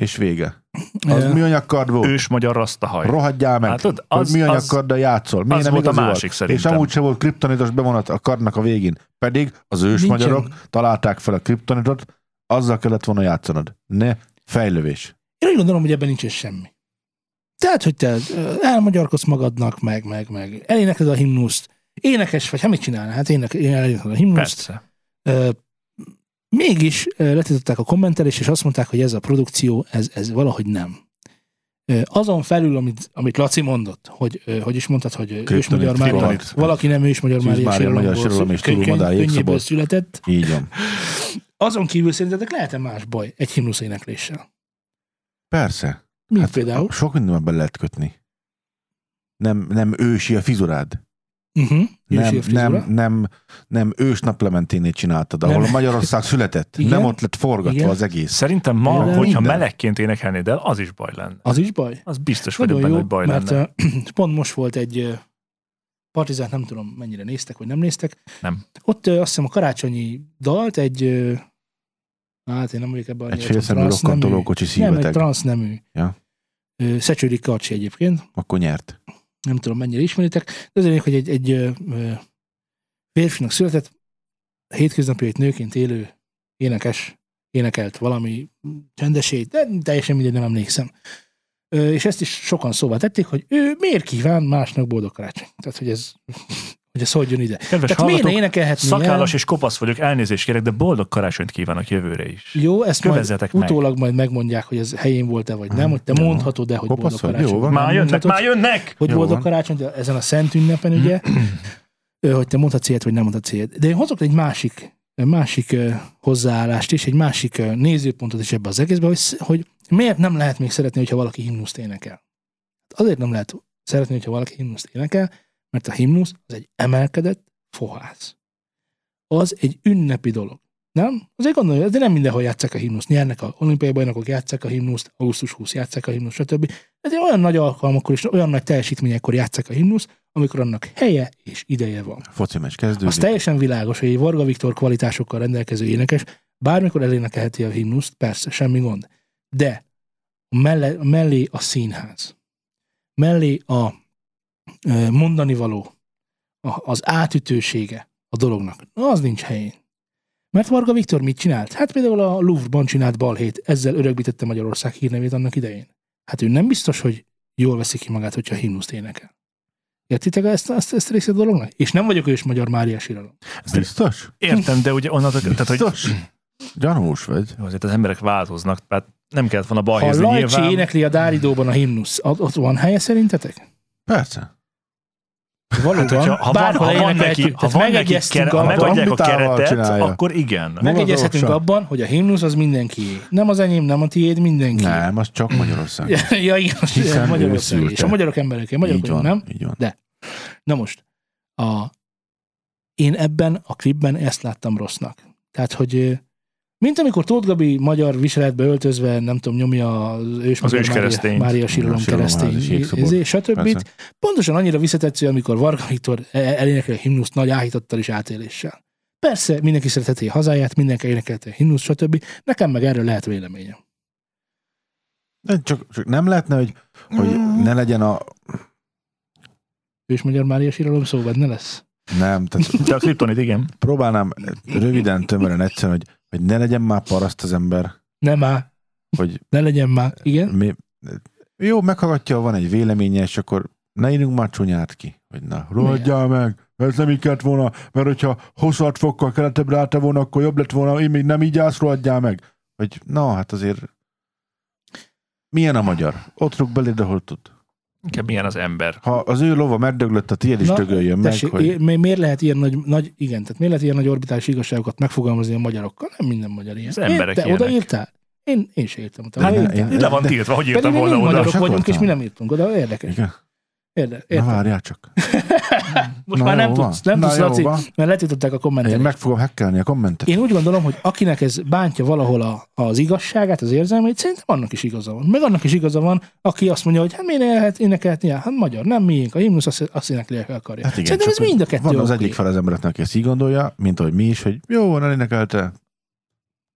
[SPEAKER 3] És vége. Az
[SPEAKER 2] Ö,
[SPEAKER 3] műanyag kard volt.
[SPEAKER 4] Ős magyar rasztahaj.
[SPEAKER 3] Rohadjál meg.
[SPEAKER 4] Látod?
[SPEAKER 3] hogy
[SPEAKER 4] Hát Az-
[SPEAKER 3] műanyag
[SPEAKER 4] az-
[SPEAKER 3] karddal játszol. Miért
[SPEAKER 4] az
[SPEAKER 3] nem
[SPEAKER 4] volt a
[SPEAKER 3] igazi
[SPEAKER 4] másik
[SPEAKER 3] És
[SPEAKER 4] szerintem.
[SPEAKER 3] amúgy se volt kriptonitos bevonat a kardnak a végén. Pedig az ős
[SPEAKER 2] Nincsen.
[SPEAKER 3] magyarok találták fel a kriptonitot, azzal kellett volna játszanod. Ne fejlövés.
[SPEAKER 2] Én úgy gondolom, hogy ebben nincs semmi. Tehát, hogy te ö, elmagyarkodsz magadnak, meg, meg, meg. Elénekled a himnuszt. Énekes vagy, ha mit csinálnál? Hát ének, én elénekled a himnuszt.
[SPEAKER 4] Persze.
[SPEAKER 2] Ö, mégis ö, letiltották a kommentelést, és azt mondták, hogy ez a produkció, ez, ez valahogy nem. Ö, azon felül, amit, amit Laci mondott, hogy, ö, hogy is mondtad, hogy ö,
[SPEAKER 3] Kryptonit,
[SPEAKER 2] ősmagyar Mária,
[SPEAKER 3] kryptonit.
[SPEAKER 2] valaki nem ősmagyar
[SPEAKER 3] Szűz
[SPEAKER 2] Mária,
[SPEAKER 3] Mária magyar síralom
[SPEAKER 2] síralomból,
[SPEAKER 3] és Turul Madár
[SPEAKER 2] könny- könnyéből
[SPEAKER 3] jégszobor.
[SPEAKER 2] született,
[SPEAKER 3] Így van.
[SPEAKER 2] azon kívül szerintetek lehet-e más baj egy himnusz énekléssel?
[SPEAKER 3] Persze.
[SPEAKER 2] Mint
[SPEAKER 3] Hát
[SPEAKER 2] például?
[SPEAKER 3] Sok mindenben bele lehet kötni. Nem, nem ősi a fizurád.
[SPEAKER 2] Uh-huh.
[SPEAKER 3] Nem, nem, nem, nem ős naplementénét csináltad, ahol
[SPEAKER 2] Nem.
[SPEAKER 3] nem. Magyarország született.
[SPEAKER 2] Igen.
[SPEAKER 3] Igen? Nem ott lett forgatva
[SPEAKER 2] Igen.
[SPEAKER 3] Igen? az egész.
[SPEAKER 4] Szerintem ma,
[SPEAKER 2] Például
[SPEAKER 4] hogyha
[SPEAKER 3] minden.
[SPEAKER 4] melegként énekelnéd el, az is baj lenne.
[SPEAKER 2] Az is baj?
[SPEAKER 4] Az biztos vagyok
[SPEAKER 2] Nagyon
[SPEAKER 4] benne,
[SPEAKER 2] jó,
[SPEAKER 4] hogy baj
[SPEAKER 2] mert
[SPEAKER 4] lenne.
[SPEAKER 2] ö, pont most volt egy ö, partizát, nem tudom mennyire néztek, vagy nem néztek.
[SPEAKER 4] Nem.
[SPEAKER 2] Ott ö, azt hiszem a karácsonyi dalt egy, ö, hát én nem vagyok ebben
[SPEAKER 3] Egy
[SPEAKER 2] annyira,
[SPEAKER 3] félszemű
[SPEAKER 2] transz nemű-
[SPEAKER 3] rokkantoló kocsi
[SPEAKER 2] Nem, egy
[SPEAKER 3] szíveteg.
[SPEAKER 2] transz nemű.
[SPEAKER 3] Ja.
[SPEAKER 2] Ö, Szecsőri Karcsi egyébként,
[SPEAKER 3] Akkor nyert.
[SPEAKER 2] nem tudom mennyire ismeritek, de az a lényeg, hogy egy, egy ö, ö, férfinak született, hétköznapi egy nőként élő énekes énekelt valami csendesét, de teljesen mindegy, nem emlékszem. Ö, és ezt is sokan szóvá tették, hogy ő miért kíván másnak boldog karácsony. Tehát, hogy ez, hogy ez hogy jön ide.
[SPEAKER 4] Kedves
[SPEAKER 2] Tehát miért ne
[SPEAKER 4] hallgatók,
[SPEAKER 2] énekelhetné
[SPEAKER 4] szakállas
[SPEAKER 2] el?
[SPEAKER 4] és kopasz vagyok, elnézést kérek, de boldog karácsonyt kívánok jövőre is.
[SPEAKER 2] Jó, ezt majd
[SPEAKER 4] Kövezzetek meg.
[SPEAKER 2] utólag majd megmondják, hogy ez helyén volt-e, vagy nem,
[SPEAKER 3] Mhm.
[SPEAKER 2] hogy te
[SPEAKER 3] Jó.
[SPEAKER 2] mondhatod de hogy
[SPEAKER 3] Kopasz
[SPEAKER 2] boldog
[SPEAKER 3] vagy, jó
[SPEAKER 2] karácsony.
[SPEAKER 3] van.
[SPEAKER 2] Nem
[SPEAKER 4] Már jönnek,
[SPEAKER 2] mondhatod.
[SPEAKER 4] már jönnek!
[SPEAKER 2] hogy
[SPEAKER 3] Jó
[SPEAKER 2] boldog
[SPEAKER 3] van.
[SPEAKER 2] karácsony, de ezen a szent ünnepen, ugye, ö, hogy te mondhatsz ilyet, vagy nem mondhatsz ilyet. De én hozok egy másik, másik ö, hozzáállást is, egy másik ö, nézőpontot is ebbe az egészbe, hogy, sz- hogy miért nem lehet még szeretni, hogyha valaki himnuszt énekel. Hát Azért nem lehet szeretni, hogyha valaki himnuszt énekel, mert a himnusz az egy emelkedett fohász. Az egy ünnepi dolog. Nem? Azért gondolja, de nem mindenhol játszák a himnuszt. Nyernek a olimpiai bajnokok, játszák a himnuszt, augusztus 20 játszák a himnuszt, stb. Ezért Hát olyan nagy alkalmakkor és olyan nagy teljesítményekor játszák a himnusz, amikor annak helye és ideje van.
[SPEAKER 3] Foci meccs
[SPEAKER 2] Az
[SPEAKER 3] kezdődik.
[SPEAKER 2] teljesen világos, hogy egy Varga Viktor kvalitásokkal rendelkező énekes bármikor elénekelheti a himnuszt, persze, semmi gond. De melle, mellé a színház, mellé a ö, mondani való, a, az átütősége a dolognak, Na, az nincs helyén. Mert Varga Viktor mit csinált? Hát például a Louvre-ban csinált balhét, ezzel örökbítette Magyarország hírnevét annak idején. Hát ő nem biztos, hogy jól veszi ki magát, hogyha a himnuszt énekel. Értitek ezt, ezt, ezt a részét a dolognak? És nem vagyok ős magyar Mária síralom.
[SPEAKER 3] Biztos?
[SPEAKER 4] Értem, de ugye onnantól, tehát, hogy
[SPEAKER 3] Biztos? Gyanús vagy.
[SPEAKER 4] Jó, azért az emberek változnak, tehát nem kellett volna
[SPEAKER 2] Ha
[SPEAKER 4] balhézni
[SPEAKER 2] Lajcsi
[SPEAKER 4] nyilván.
[SPEAKER 2] énekli a Dáridóban a himnusz, ott ott van helye szerintetek? Hát,
[SPEAKER 3] Persze.
[SPEAKER 2] Valóban.
[SPEAKER 4] Tehát, hogyha, ha, van, ha van neki, ha van neki kere, ha
[SPEAKER 3] abban.
[SPEAKER 4] megadják a
[SPEAKER 3] Trombitával
[SPEAKER 4] keretet,
[SPEAKER 3] csinálja.
[SPEAKER 4] akkor igen.
[SPEAKER 3] Ne-
[SPEAKER 2] megegyezhetünk
[SPEAKER 3] Magadról
[SPEAKER 2] abban, hogy a himnusz az mindenkié. Nem az enyém, nem a tiéd, mindenki.
[SPEAKER 3] Nem, az csak Magyarország.
[SPEAKER 2] ja, igen, most
[SPEAKER 3] Hiszen
[SPEAKER 2] igen,
[SPEAKER 3] ő
[SPEAKER 2] Magyarország. És
[SPEAKER 3] szülte.
[SPEAKER 2] a magyarok emberek, a magyarok
[SPEAKER 3] Így
[SPEAKER 2] vagyunk,
[SPEAKER 3] van,
[SPEAKER 2] nem?
[SPEAKER 3] így van.
[SPEAKER 2] Na most, a, én ebben a klipben ezt láttam rossznak. Tehát, hogy ö, mint amikor Tóth Gabi magyar viseletbe öltözve, nem tudom, nyomja az ős,
[SPEAKER 4] Az ős
[SPEAKER 2] Mária,
[SPEAKER 4] keresztényt.
[SPEAKER 2] Mária Síralom
[SPEAKER 3] A Síralomház
[SPEAKER 2] keresztény,
[SPEAKER 3] és jégszobor.
[SPEAKER 2] izé, stb.
[SPEAKER 3] Persze.
[SPEAKER 2] Pontosan annyira visszatetsző, amikor Varga Viktor e- elénekel a himnuszt nagy áhítattal és átéléssel. Persze, mindenki szeretheti a hazáját, mindenki énekelte a himnuszt, stb. Nekem meg erről lehet véleményem.
[SPEAKER 3] Nem, csak, csak nem lehetne, hogy, hogy ne legyen a...
[SPEAKER 2] Ős Magyar Mária Síralom szóban ne lesz.
[SPEAKER 3] Nem, tehát
[SPEAKER 4] De a kriptonit igen.
[SPEAKER 3] próbálnám röviden, tömören egyszerűen, hogy, hogy ne legyen már paraszt az ember,
[SPEAKER 2] Nem már,
[SPEAKER 3] hogy
[SPEAKER 2] ne legyen már. Igen?
[SPEAKER 3] mi, jó, meghallgatja, van egy véleménye, és akkor ne írjunk már csúnyát ki, hogy na, rohadjál meg, ez nem így kellett volna, mert hogyha 26 fokkal keletebbre álltál volna, akkor jobb lett volna, én még nem így állsz, rohadjál meg. Hogy na, hát azért milyen a magyar? Ott rúg beléd, ahol tud.
[SPEAKER 4] Inkább milyen az ember.
[SPEAKER 3] Ha az ő lova megdöglött, a tiéd is
[SPEAKER 2] Na,
[SPEAKER 3] dögöljön meg,
[SPEAKER 2] Tessék,
[SPEAKER 3] hogy
[SPEAKER 2] hogy... miért lehet ilyen nagy, nagy, igen, tehát miért lehet ilyen nagy orbitális igazságokat megfogalmazni a magyarokkal? Nem minden magyar ilyen.
[SPEAKER 4] Az emberek
[SPEAKER 2] Én- Te
[SPEAKER 4] ilyenek.
[SPEAKER 2] odaírtál? Én, én se írtam.
[SPEAKER 3] De
[SPEAKER 2] Oda.
[SPEAKER 3] ne,
[SPEAKER 2] Én,
[SPEAKER 3] én-
[SPEAKER 2] én,
[SPEAKER 4] Le van tiltva, hogy írtam
[SPEAKER 2] pedig mi
[SPEAKER 4] volna
[SPEAKER 2] nem
[SPEAKER 4] oda.
[SPEAKER 2] magyarok
[SPEAKER 3] Csak
[SPEAKER 2] vagyunk,
[SPEAKER 3] voltam.
[SPEAKER 2] és mi nem írtunk oda, érdekes.
[SPEAKER 3] Igen.
[SPEAKER 2] Érde,
[SPEAKER 3] Na
[SPEAKER 2] érde.
[SPEAKER 3] várjál csak.
[SPEAKER 2] Most
[SPEAKER 3] Na,
[SPEAKER 2] már nem
[SPEAKER 3] jó van.
[SPEAKER 2] tudsz, nem
[SPEAKER 3] Na,
[SPEAKER 2] tudsz,
[SPEAKER 3] jó
[SPEAKER 2] Laci,
[SPEAKER 3] van.
[SPEAKER 2] mert letiltották a kommentet.
[SPEAKER 3] Én meg fogom hackelni a kommentet.
[SPEAKER 2] Én úgy gondolom, hogy akinek ez bántja valahol a, az igazságát, az érzelmét, szerintem annak is igaza van. Meg annak is igaza van, aki azt mondja, hogy hát miért lehet énekelni, hát magyar, nem miénk, a himnusz azt, azt énekelni akarja.
[SPEAKER 3] Hát igen,
[SPEAKER 2] szerintem ez
[SPEAKER 3] csak
[SPEAKER 2] mind a kettő
[SPEAKER 3] Van az
[SPEAKER 2] oké.
[SPEAKER 3] egyik fel az embereknek, aki ezt így gondolja, mint ahogy mi is, hogy jó, van, elénekelte.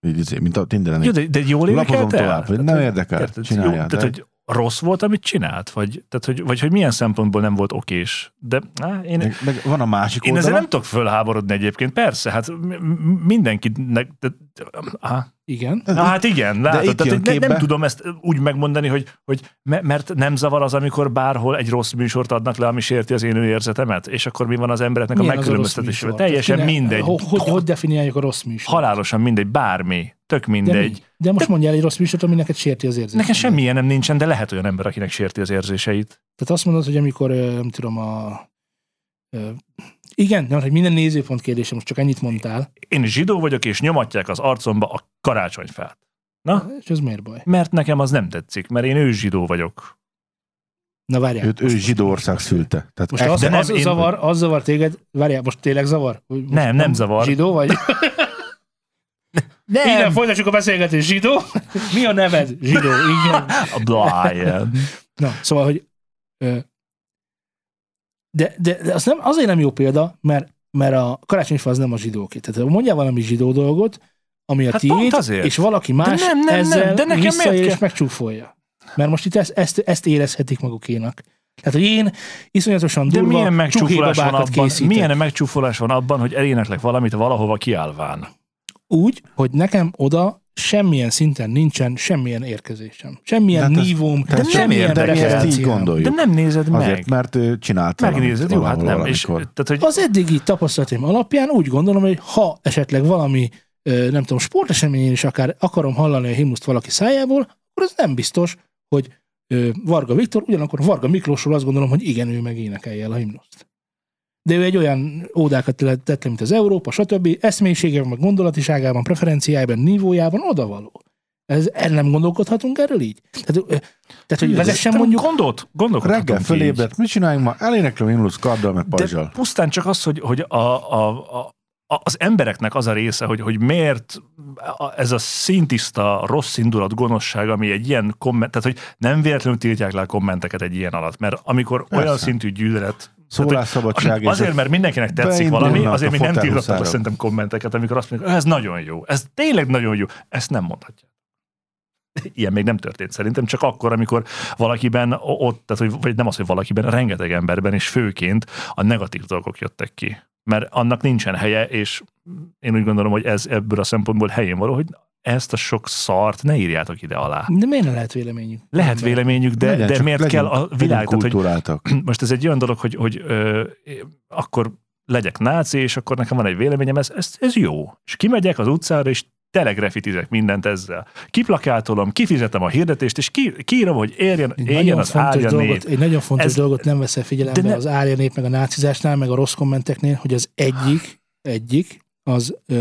[SPEAKER 3] Így, izé, mint a Tinderen.
[SPEAKER 1] Jó, de, de jól
[SPEAKER 3] Lapozom
[SPEAKER 1] énekelt el?
[SPEAKER 3] tovább, hogy nem érdekel,
[SPEAKER 1] Érted? Jó,
[SPEAKER 3] csinálják.
[SPEAKER 1] tehát, hogy rossz volt, amit csinált? Vagy, tehát, hogy, vagy hogy milyen szempontból nem volt okés? De á, én,
[SPEAKER 3] Meg, meg van a másik
[SPEAKER 1] Én ezzel
[SPEAKER 3] oldala.
[SPEAKER 1] nem tudok fölháborodni egyébként, persze, hát m- m- mindenkinek... De, de, áh,
[SPEAKER 2] Igen.
[SPEAKER 1] na, hát igen,
[SPEAKER 3] itt
[SPEAKER 1] látod, tehát,
[SPEAKER 3] jön
[SPEAKER 1] hogy ne,
[SPEAKER 3] képbe.
[SPEAKER 1] nem tudom ezt úgy megmondani, hogy, hogy me- mert nem zavar az, amikor bárhol egy rossz műsort adnak le, ami sérti az én érzetemet, és akkor mi van az embereknek
[SPEAKER 2] Milyen
[SPEAKER 1] a
[SPEAKER 2] az a rossz
[SPEAKER 1] megkülönböztetésével.
[SPEAKER 2] műsor?
[SPEAKER 1] Teljesen
[SPEAKER 2] Tehát
[SPEAKER 1] mindegy,
[SPEAKER 2] Hogy, hogy, hogy definiáljuk a rossz műsort?
[SPEAKER 1] halálosan mindegy, bármi, tök
[SPEAKER 2] de,
[SPEAKER 1] mindegy.
[SPEAKER 2] mi? de most mondjál egy rossz műsort, ami neked sérti az érzést.
[SPEAKER 1] Nekem semmilyen nem nincsen, de lehet olyan ember, akinek sérti az érzéseit.
[SPEAKER 2] Tehát azt mondod, hogy amikor, ö, nem tudom, a... ö, Igen, nem, hogy minden nézőpont kérdése, most csak ennyit mondtál,
[SPEAKER 1] Én zsidó vagyok, és nyomatják az arcomba a karácsonyfát.
[SPEAKER 2] és ez miért baj?
[SPEAKER 1] Mert nekem az nem tetszik, mert én őszzsidó vagyok.
[SPEAKER 2] Na várjál.
[SPEAKER 3] Őt ő zsidország szülte. Tehát e-
[SPEAKER 2] Most az,
[SPEAKER 1] Eh, de nem
[SPEAKER 2] az,
[SPEAKER 1] én-
[SPEAKER 2] zavar, az zavar téged, várjál, most tényleg zavar? Hogy most
[SPEAKER 1] Nem, nem zavar.
[SPEAKER 2] Zsidó vagy? Nem. Innen folytassuk a beszélgetést, zsidó? Mi a neved? Zsidó, igen.
[SPEAKER 1] A Brian.
[SPEAKER 2] Na, szóval, hogy ö, de, de, de az nem, azért nem jó példa, mert, mert a karácsonyfa az nem a zsidóké. Tehát ha mondjál valami zsidó dolgot, ami a
[SPEAKER 1] Hát pont
[SPEAKER 2] tiéd,
[SPEAKER 1] azért.
[SPEAKER 2] és valaki más
[SPEAKER 1] nem, nem, nem,
[SPEAKER 2] ezzel
[SPEAKER 1] de nekem miért
[SPEAKER 2] visszaél és
[SPEAKER 1] kell?
[SPEAKER 2] megcsúfolja. Mert most itt ezt, ezt, ezt érezhetik magukénak. Tehát, hogy én iszonyatosan
[SPEAKER 1] De
[SPEAKER 2] durva
[SPEAKER 1] milyen megcsúfolás van
[SPEAKER 2] csukébabákat
[SPEAKER 1] abban,
[SPEAKER 2] készítek.
[SPEAKER 1] milyen megcsúfolás van abban, hogy eléneklek valamit valahova kiállván?
[SPEAKER 2] úgy, hogy nekem oda semmilyen szinten nincsen semmilyen érkezésem. Semmilyen
[SPEAKER 3] De hát ez-
[SPEAKER 2] nívóm,
[SPEAKER 3] de ez
[SPEAKER 1] nem
[SPEAKER 2] semmilyen
[SPEAKER 1] érdekel.
[SPEAKER 3] mi ezt így
[SPEAKER 2] referenciám.
[SPEAKER 1] De
[SPEAKER 3] gondoljuk.
[SPEAKER 1] nem nézed
[SPEAKER 3] Azért,
[SPEAKER 1] meg.
[SPEAKER 3] mert ő csinált
[SPEAKER 1] Megnézed, jó, hát
[SPEAKER 3] valahol
[SPEAKER 1] nem. És,
[SPEAKER 3] valamikor.
[SPEAKER 1] tehát, hogy
[SPEAKER 2] Az eddigi tapasztalatom alapján úgy gondolom, hogy ha esetleg valami, ö, nem tudom, sporteseményen is akár akarom hallani a himnuszt valaki szájából, akkor az nem biztos, hogy ö, Varga Viktor, ugyanakkor Varga Miklósról azt gondolom, hogy igen, ő meg énekelje el a himnuszt. De ő egy olyan ódákat le- tett, le, mint az Európa, stb. eszménységében, meg gondolatiságában, preferenciájában, nívójában odavaló. Ez, el nem gondolkodhatunk erről így? Tehát, ö, tehát hogy vezessen
[SPEAKER 1] Te
[SPEAKER 2] mondjuk
[SPEAKER 1] Gondolt, gondolkodhatunk
[SPEAKER 3] Reggel
[SPEAKER 1] így.
[SPEAKER 3] fölébredt, mit csináljunk ma? Eléneklem Imlusz karddal,
[SPEAKER 1] De hát,
[SPEAKER 3] meg pajzsal.
[SPEAKER 1] pusztán csak az, hogy, hogy a, a, a, a, az embereknek az a része, hogy, hogy miért a- ez a szintiszta rossz indulat, gonoszság, ami egy ilyen komment, tehát hogy nem véletlenül tiltják le a kommenteket egy ilyen alatt, mert amikor Persze. olyan
[SPEAKER 3] Persze. Szóval
[SPEAKER 1] szintű gyűlölet
[SPEAKER 3] Szólásszabadság. és
[SPEAKER 1] Azért,
[SPEAKER 3] a-
[SPEAKER 1] mert mindenkinek tetszik
[SPEAKER 3] beindulnak
[SPEAKER 1] valami,
[SPEAKER 3] a
[SPEAKER 1] azért még nem tiltottak
[SPEAKER 3] fotelhuszárok.
[SPEAKER 1] le szerintem kommenteket, amikor azt mondják, ez nagyon jó, ez tényleg nagyon jó, ezt nem mondhatja. Ilyen még nem történt szerintem, csak akkor, amikor valakiben o- ott, tehát, hogy, vagy nem az, hogy valakiben, rengeteg emberben, és főként a negatív dolgok jöttek ki. Mert annak nincsen helye, és én úgy gondolom, hogy ez ebből a szempontból helyén való, hogy ezt a sok szart ne írjátok ide alá.
[SPEAKER 2] De miért ne lehet véleményünk?
[SPEAKER 1] Lehet véleményük, de,
[SPEAKER 3] legyen,
[SPEAKER 1] de
[SPEAKER 3] csak
[SPEAKER 1] miért
[SPEAKER 3] legyünk-
[SPEAKER 1] kell a
[SPEAKER 3] legyünk
[SPEAKER 1] világ? Tehát, hogy
[SPEAKER 3] kultúráltak.
[SPEAKER 1] most ez egy olyan dolog, hogy, hogy ö, akkor legyek náci, és akkor nekem van egy véleményem, ez, ez, ez jó. És kimegyek az utcára, és telegrafitizek mindent ezzel. Kiplakátolom, kifizetem a hirdetést, és ki, kiírom, hogy érjen,
[SPEAKER 2] Egy
[SPEAKER 1] érjen
[SPEAKER 2] nagyon,
[SPEAKER 1] az
[SPEAKER 2] fontos
[SPEAKER 1] árja
[SPEAKER 2] dolgot,
[SPEAKER 1] név.
[SPEAKER 2] egy nagyon fontos
[SPEAKER 1] Ez-
[SPEAKER 2] dolgot nem veszel figyelembe
[SPEAKER 1] De ne-
[SPEAKER 2] az árja nép, meg a nácizásnál, meg a rossz kommenteknél, hogy az egyik, egyik, az, ö,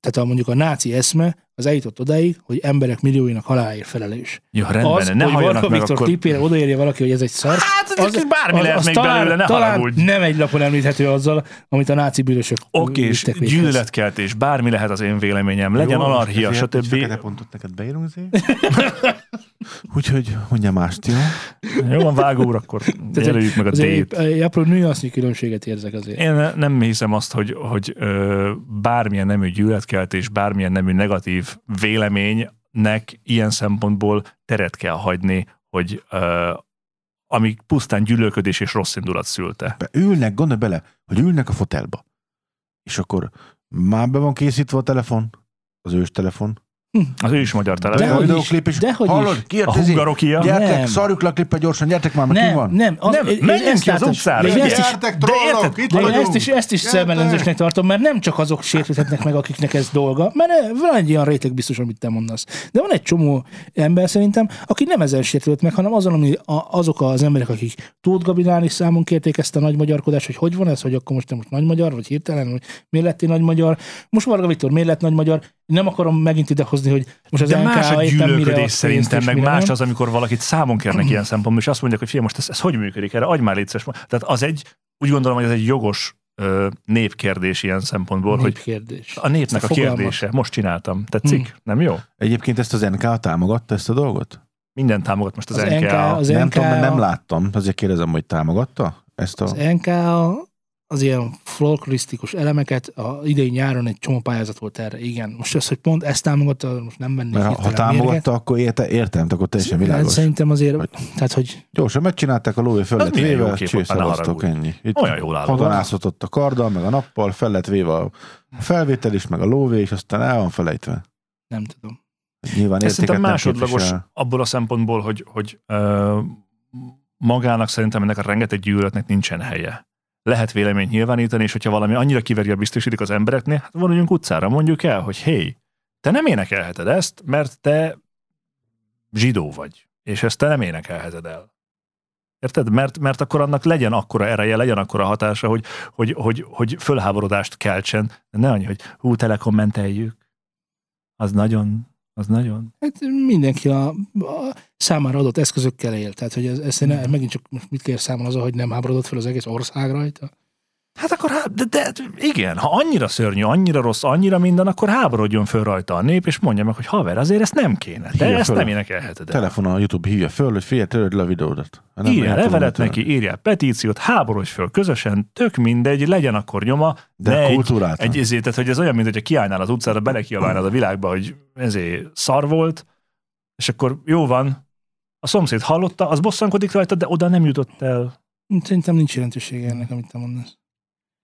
[SPEAKER 2] tehát a, mondjuk a náci eszme, az eljutott odáig, hogy emberek millióinak haláláért felelős.
[SPEAKER 1] Jó, rendben,
[SPEAKER 2] az,
[SPEAKER 1] ne
[SPEAKER 2] hogy
[SPEAKER 1] halljanak
[SPEAKER 2] Varga
[SPEAKER 1] meg
[SPEAKER 2] Viktor
[SPEAKER 1] akkor...
[SPEAKER 2] klipére odaérje valaki, hogy ez egy szar,
[SPEAKER 1] Hát,
[SPEAKER 2] az-
[SPEAKER 1] az, bármi lehet még belőle, ne
[SPEAKER 2] talán
[SPEAKER 1] haragudj.
[SPEAKER 2] nem egy lapon említhető azzal, amit a náci bűnösök
[SPEAKER 1] Oké, és
[SPEAKER 2] vittek véghez.
[SPEAKER 1] gyűlöletkeltés, bármi lehet az én véleményem, legyen
[SPEAKER 3] Jó,
[SPEAKER 1] anarchia,
[SPEAKER 3] ezért egy fekete
[SPEAKER 1] stb.
[SPEAKER 3] pontot neked beírunk azért. Úgyhogy mondja mást, jó?
[SPEAKER 1] Jó van, vágóra, akkor jelöljük meg a
[SPEAKER 2] Azért
[SPEAKER 1] D-t.
[SPEAKER 2] épp- egy apró nüansznyi különbséget érzek azért.
[SPEAKER 1] Én nem hiszem azt, hogy, hogy ö, bármilyen nemű gyűlöletkeltés, bármilyen nemű negatív véleménynek ilyen szempontból teret kell hagyni, hogy ö, ami pusztán gyűlölködés és rossz indulat szülte.
[SPEAKER 3] Be- Ülnek, gondolj bele, hogy ülnek a fotelba. És akkor már be van készítve a telefon, az ős telefon.
[SPEAKER 1] Az ő is magyar
[SPEAKER 2] De
[SPEAKER 3] Bejön a
[SPEAKER 1] telefon.
[SPEAKER 2] hogy is,
[SPEAKER 3] videóklip is.
[SPEAKER 2] de hogy is.
[SPEAKER 3] Hallod,
[SPEAKER 1] A
[SPEAKER 3] kiérkezik.
[SPEAKER 1] hungarokia.
[SPEAKER 2] Nem.
[SPEAKER 3] Gyertek, szarjuk le a klippet gyorsan, gyertek már, mert ki van?
[SPEAKER 2] Nem, nem, az,
[SPEAKER 1] Nem,
[SPEAKER 2] én- én
[SPEAKER 1] menjünk
[SPEAKER 2] ezt
[SPEAKER 1] ki az
[SPEAKER 2] látom.
[SPEAKER 1] utcára,
[SPEAKER 2] Én ezt is-
[SPEAKER 3] Gyertek, trollok, itt
[SPEAKER 2] De én
[SPEAKER 3] vagyunk.
[SPEAKER 2] ezt is, ezt is
[SPEAKER 3] Gyertek!
[SPEAKER 2] szemellenzésnek tartom, mert nem csak azok sértődhetnek meg, akiknek ez dolga, mert eh, van egy olyan réteg biztos, amit te mondasz. De van egy csomó ember szerintem, aki nem ezzel sértődött meg, hanem azon, ami a, azok az emberek, akik Tóth Gabinán is számon kérték ezt a nagy magyarkodást, hogy hogy van ez, hogy akkor most te most nagy magyar, vagy hirtelen, hogy miért lettél nagy magyar. Most Varga Viktor miért lett nagy magyar? nem akarom megint idehozni, hogy most az
[SPEAKER 1] De
[SPEAKER 2] NK
[SPEAKER 1] más a
[SPEAKER 2] éppen mire
[SPEAKER 1] gyűlölködés
[SPEAKER 2] azt pénzt
[SPEAKER 1] szerintem,
[SPEAKER 2] és
[SPEAKER 1] meg
[SPEAKER 2] mire
[SPEAKER 1] más
[SPEAKER 2] nem.
[SPEAKER 1] az, amikor valakit számon kérnek ilyen szempontból, és azt mondják, hogy figyelj, most ez, ez hogy működik erre, adj már létszes. Tehát az egy, úgy gondolom, hogy ez egy jogos ö, népkérdés ilyen szempontból, hogy
[SPEAKER 2] Népkérdés.
[SPEAKER 1] a népnek a,
[SPEAKER 2] A fogalmat.
[SPEAKER 1] kérdése, most csináltam, tetszik,
[SPEAKER 2] Hmm.
[SPEAKER 1] nem jó?
[SPEAKER 3] Egyébként ezt az NK támogatta ezt a dolgot?
[SPEAKER 1] Minden támogat most az,
[SPEAKER 2] Az
[SPEAKER 1] NK.
[SPEAKER 2] NK
[SPEAKER 1] a-
[SPEAKER 2] Az
[SPEAKER 3] nem
[SPEAKER 2] NK
[SPEAKER 3] tudom, mert nem
[SPEAKER 2] a-
[SPEAKER 3] láttam, azért kérdezem, hogy támogatta ezt a...
[SPEAKER 2] Az NK a- az ilyen folklorisztikus elemeket, a idei nyáron egy csomó pályázat volt erre, igen. Most az, hogy pont ezt támogatta, most nem mennék
[SPEAKER 3] mert ha, ha
[SPEAKER 2] hirtelen mérget.
[SPEAKER 3] támogatta, akkor érte, értem, akkor teljesen
[SPEAKER 2] Hát
[SPEAKER 3] világos.
[SPEAKER 2] szerintem azért,
[SPEAKER 3] Hogy-
[SPEAKER 2] tehát, hogy
[SPEAKER 3] Gyorsan megcsinálták a lóvé föllet
[SPEAKER 1] milyen jó
[SPEAKER 3] véve,
[SPEAKER 1] kép volt, már ne
[SPEAKER 3] csőszavaztok,
[SPEAKER 1] haragudj.
[SPEAKER 3] ennyi. Itt
[SPEAKER 1] Olyan jól áll.
[SPEAKER 3] hadonászott a karddal, meg a nappal, fel lett véve a felvétel is, meg a lóvé, és aztán el van felejtve.
[SPEAKER 2] nem tudom.
[SPEAKER 3] Nyilván
[SPEAKER 1] Ez
[SPEAKER 3] értéket
[SPEAKER 1] szerintem
[SPEAKER 3] nem
[SPEAKER 1] másodlagos
[SPEAKER 3] képvisel.
[SPEAKER 1] abból a szempontból, hogy, hogy ö, magának szerintem ennek a rengeteg gyűlöletnek nincsen helye. Lehet véleményt nyilvánítani, és hogyha valami annyira kiveri a biztosítik az embereknél, hát vonuljunk utcára, mondjuk el, hogy hé, te nem énekelheted ezt, mert te zsidó vagy, és ezt te nem énekelheted el. Érted? Mert, mert akkor annak legyen akkora ereje, legyen akkora hatása, hogy, hogy, hogy, hogy fölháborodást keltsen, de ne annyi, hogy hú, telekommenteljük. Az nagyon, az nagyon.
[SPEAKER 2] Hát mindenki a, a számára adott eszközökkel él. Tehát, hogy ez, ez szerintem megint csak most mit kér számon az, hogy nem háborodott fel az egész ország rajta.
[SPEAKER 1] Hát akkor, há- de, de igen, ha annyira szörnyű, annyira rossz, annyira minden, akkor háborodjon föl rajta a nép, és mondja meg, hogy haver, azért ezt nem kéne. Te
[SPEAKER 3] Hívja
[SPEAKER 1] ezt
[SPEAKER 3] föl.
[SPEAKER 1] nem énekelheted el.
[SPEAKER 3] Telefonon a YouTube hívja föl, hogy figyelj, töröd le a videódat. Ha nem
[SPEAKER 1] Írjál
[SPEAKER 3] lehet,
[SPEAKER 1] levelet
[SPEAKER 3] hogy
[SPEAKER 1] neki, írjál petíciót, háborodj föl közösen, tök mindegy, legyen akkor nyoma.
[SPEAKER 3] De
[SPEAKER 1] ne egy,
[SPEAKER 3] kultúráltan.
[SPEAKER 1] egy ezért, tehát hogy ez olyan, mint hogyha kiállnál az utcára, belekiabálnád a világba, hogy ezé szar volt, és akkor jó van, a szomszéd hallotta, az bosszankodik rajta, de oda nem jutott el.
[SPEAKER 2] Szerintem nincs jelentősége ennek, amit te mondasz.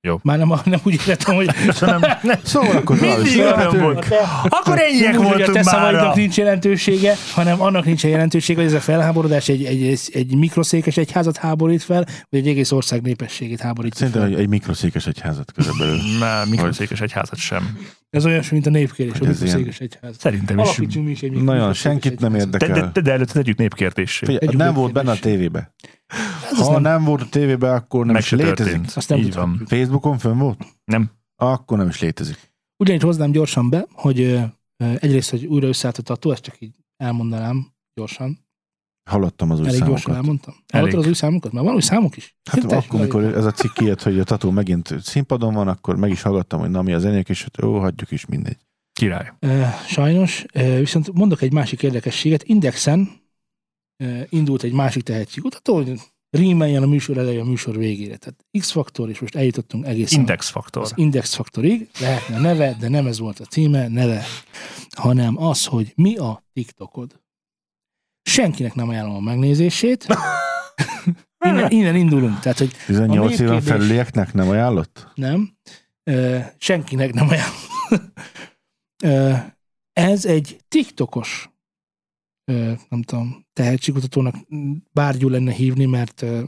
[SPEAKER 1] Jó.
[SPEAKER 2] Már nem, nem úgy értettem, hogy
[SPEAKER 1] Hanem,
[SPEAKER 3] Szóval akkor
[SPEAKER 1] mindig olyan
[SPEAKER 3] Mindig
[SPEAKER 1] volt. Akkor ennyiek
[SPEAKER 2] nem úgy, hogy a te
[SPEAKER 1] voltunk már.
[SPEAKER 2] szavaidnak nincs jelentősége, hanem annak nincs jelentősége, hogy ez a felháborodás egy, egy, egy, egy mikroszékes egyházat háborít fel, vagy egy egész ország népességét háborít
[SPEAKER 3] Szerintem
[SPEAKER 2] fel.
[SPEAKER 3] egy, egy mikroszékes egyházat körülbelül.
[SPEAKER 1] Nem, mikroszékes egyházat sem.
[SPEAKER 2] Ez olyasmi, mint a népkérés, a
[SPEAKER 3] Hogy ez ilyen-
[SPEAKER 2] mikroszékes egyház.
[SPEAKER 1] Szerintem is.
[SPEAKER 2] Alapítsunk mi is egy
[SPEAKER 3] Nagyon
[SPEAKER 2] mikroszékes
[SPEAKER 3] senkit nem
[SPEAKER 2] egyházat.
[SPEAKER 1] De, de,
[SPEAKER 3] érdekel.
[SPEAKER 1] de, de előtte tegyük népkértésé.
[SPEAKER 3] Figyelj,
[SPEAKER 2] Egy
[SPEAKER 3] nem
[SPEAKER 2] új
[SPEAKER 3] volt benne a
[SPEAKER 2] kérdés.
[SPEAKER 3] tévébe.
[SPEAKER 2] Ez az
[SPEAKER 3] Ha
[SPEAKER 2] nem,
[SPEAKER 3] nem volt a tévébe, akkor nem
[SPEAKER 1] Meg
[SPEAKER 3] is
[SPEAKER 1] se
[SPEAKER 3] létezik.
[SPEAKER 1] történt.
[SPEAKER 2] Azt nem
[SPEAKER 1] Így van.
[SPEAKER 3] Facebookon fönn volt?
[SPEAKER 1] Nem.
[SPEAKER 3] Akkor nem is létezik.
[SPEAKER 2] Ugyanis hoznám gyorsan be, hogy ö, ö, egyrészt, hogy újra összeállt a tató, ezt csak így elmondanám gyorsan.
[SPEAKER 3] Hallottam az új
[SPEAKER 2] Elég gyorsan
[SPEAKER 3] számokat.
[SPEAKER 2] elmondtam. Hallottad az új számokat? Mert van új számok is.
[SPEAKER 3] Hát
[SPEAKER 2] Hirtelen
[SPEAKER 3] akkor,
[SPEAKER 2] felejtettem.
[SPEAKER 3] mikor ez a cikk kijött, hogy a tató megint színpadon van, akkor meg is hallgattam, hogy na mi az enyék, és hát jó, hagyjuk is mindegy.
[SPEAKER 1] Király.
[SPEAKER 2] Ö, Sajnos, Ö, viszont mondok egy másik érdekességet. Indexen ö, indult egy másik tehetségkutató, hogy rímeljen a műsor elején a műsor végére. Tehát X-faktor, és most eljutottunk egészen
[SPEAKER 1] Index faktor.
[SPEAKER 2] az Index faktorig. Lehetne a neve, de nem ez volt a címe, neve, hanem az, hogy mi a TikTokod. Senkinek nem ajánlom a megnézését. innen, innen indulunk. Tehát, hogy
[SPEAKER 3] 18 éven
[SPEAKER 2] népkérdés-
[SPEAKER 3] felülieknek nem ajánlott?
[SPEAKER 2] nem. Ö, senkinek nem ajánlom. Ö, ez egy TikTokos, ö, nem tudom, tehetségkutatónak bárgyú lenne hívni, mert ö,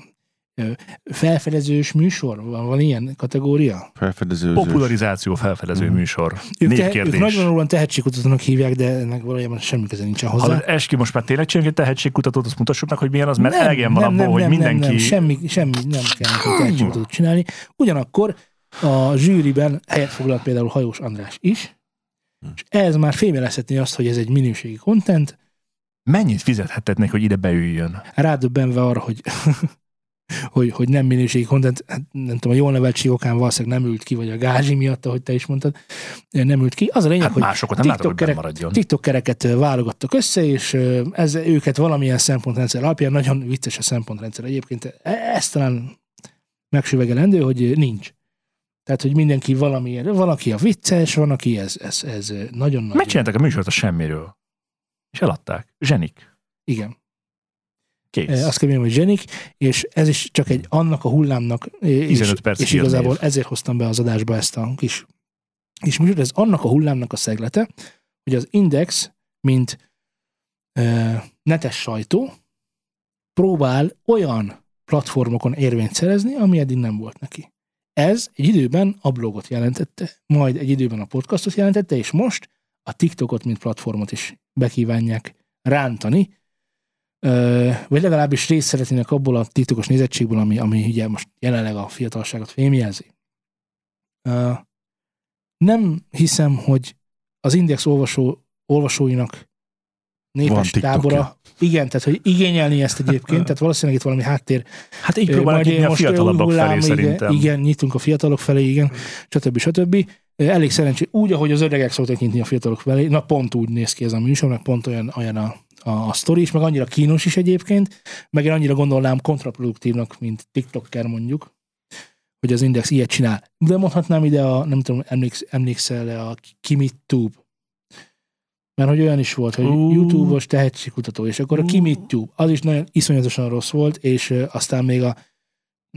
[SPEAKER 2] ö, felfedezős műsor, van, van ilyen kategória?
[SPEAKER 3] Felfedező.
[SPEAKER 1] Popularizáció felfedező
[SPEAKER 3] Mhm.
[SPEAKER 1] műsor.
[SPEAKER 2] Mm. Ők,
[SPEAKER 1] Népkérdés.
[SPEAKER 2] ők nagyvonalúan tehetségkutatónak hívják, de ennek valójában semmi köze nincsen hozzá.
[SPEAKER 1] Ha eski most már tényleg csinálunk egy tehetségkutatót, azt mutassuk meg, hogy milyen az, mert
[SPEAKER 2] Nem,
[SPEAKER 1] elegem van
[SPEAKER 2] nem,
[SPEAKER 1] abból,
[SPEAKER 2] nem,
[SPEAKER 1] hogy
[SPEAKER 2] nem,
[SPEAKER 1] mindenki...
[SPEAKER 2] Nem, nem, semmi, semmi nem kell nekünk tehetségkutatót csinálni. Ugyanakkor a zsűriben helyet foglalt például Hajós András is,
[SPEAKER 1] Hm.
[SPEAKER 2] és ez már fémjelezhetné azt, hogy ez egy minőségi kontent,
[SPEAKER 1] Mennyit fizethetnék, hogy ide beüljön?
[SPEAKER 2] rádöbbenve arra, hogy, hogy, hogy nem minőségi content, hát nem tudom, a jól neveltség okán valószínűleg nem ült ki, vagy a gázsi miatt, ahogy te is mondtad, nem ült ki. Az a lényeg,
[SPEAKER 1] Hát
[SPEAKER 2] hogy
[SPEAKER 1] másokat nem látok, hogy
[SPEAKER 2] TikTokerek-
[SPEAKER 1] bennmaradjon.
[SPEAKER 2] TikTokereket ö, válogattak össze, és ö, ez őket valamilyen szempontrendszer alapján, nagyon vicces a szempontrendszer egyébként, e- ez talán megsüvegelendő, hogy ö, nincs. Tehát, hogy mindenki valami, van, aki a vicces, van, aki ez, ez, ez ö, nagyon nagy.
[SPEAKER 1] Megcsináltak a műsort a semmiről. És eladták. Zsenik.
[SPEAKER 2] Igen.
[SPEAKER 1] Kész.
[SPEAKER 2] Eh, Azt kell mondjam, hogy zsenik, és ez is csak egy annak a hullámnak, eh, és,
[SPEAKER 1] 15 perc
[SPEAKER 2] és igazából
[SPEAKER 1] hírnév.
[SPEAKER 2] ezért hoztam be az adásba ezt a kis és műsor, ez annak a hullámnak a szeglete, hogy az Index, mint e, netes sajtó, próbál olyan platformokon érvényt szerezni, ami eddig nem volt neki. Ez egy időben a blogot jelentette, majd egy időben a podcastot jelentette, és most a TikTokot, mint platformot is bekívánják rántani, Ö, vagy legalábbis részt szeretnének abból a TikTokos nézettségből, ami, ami ugye most jelenleg a fiatalságot fémjelzi. Ö, nem hiszem, hogy az Index olvasó, olvasóinak
[SPEAKER 3] Van
[SPEAKER 2] népes
[SPEAKER 3] TikTokja.
[SPEAKER 2] tábora. Igen, tehát hogy igényelni ezt egyébként, tehát valószínűleg itt valami háttér
[SPEAKER 4] Hát így
[SPEAKER 2] Ö,
[SPEAKER 4] próbálnak
[SPEAKER 2] majd
[SPEAKER 4] nyitni
[SPEAKER 2] én
[SPEAKER 4] a
[SPEAKER 2] most
[SPEAKER 4] fiatalabbak
[SPEAKER 2] új hullám,
[SPEAKER 4] felé
[SPEAKER 2] igen,
[SPEAKER 4] szerintem.
[SPEAKER 2] Igen, nyitunk a fiatalok felé, igen, stb. stb. Ö, Elég szerencsé, úgy, ahogy az öregek szoktak nyitni a fiatalok felé, na pont úgy néz ki ez a műsor, meg pont olyan, olyan a, a, a sztori is, meg annyira kínos is egyébként, meg én annyira gondolnám kontraproduktívnak, mint TikToker mondjuk, hogy az Index ilyet csinál. De mondhatnám ide a, nem tudom, emléksz, emlékszel a Kimit Tube? Mert hogy olyan is volt, hogy
[SPEAKER 4] Ú.
[SPEAKER 2] YouTube-os tehetségkutató, és akkor a
[SPEAKER 4] Ú.
[SPEAKER 2] Kimit Tube, az is nagyon iszonyatosan rossz volt, és ö, aztán még a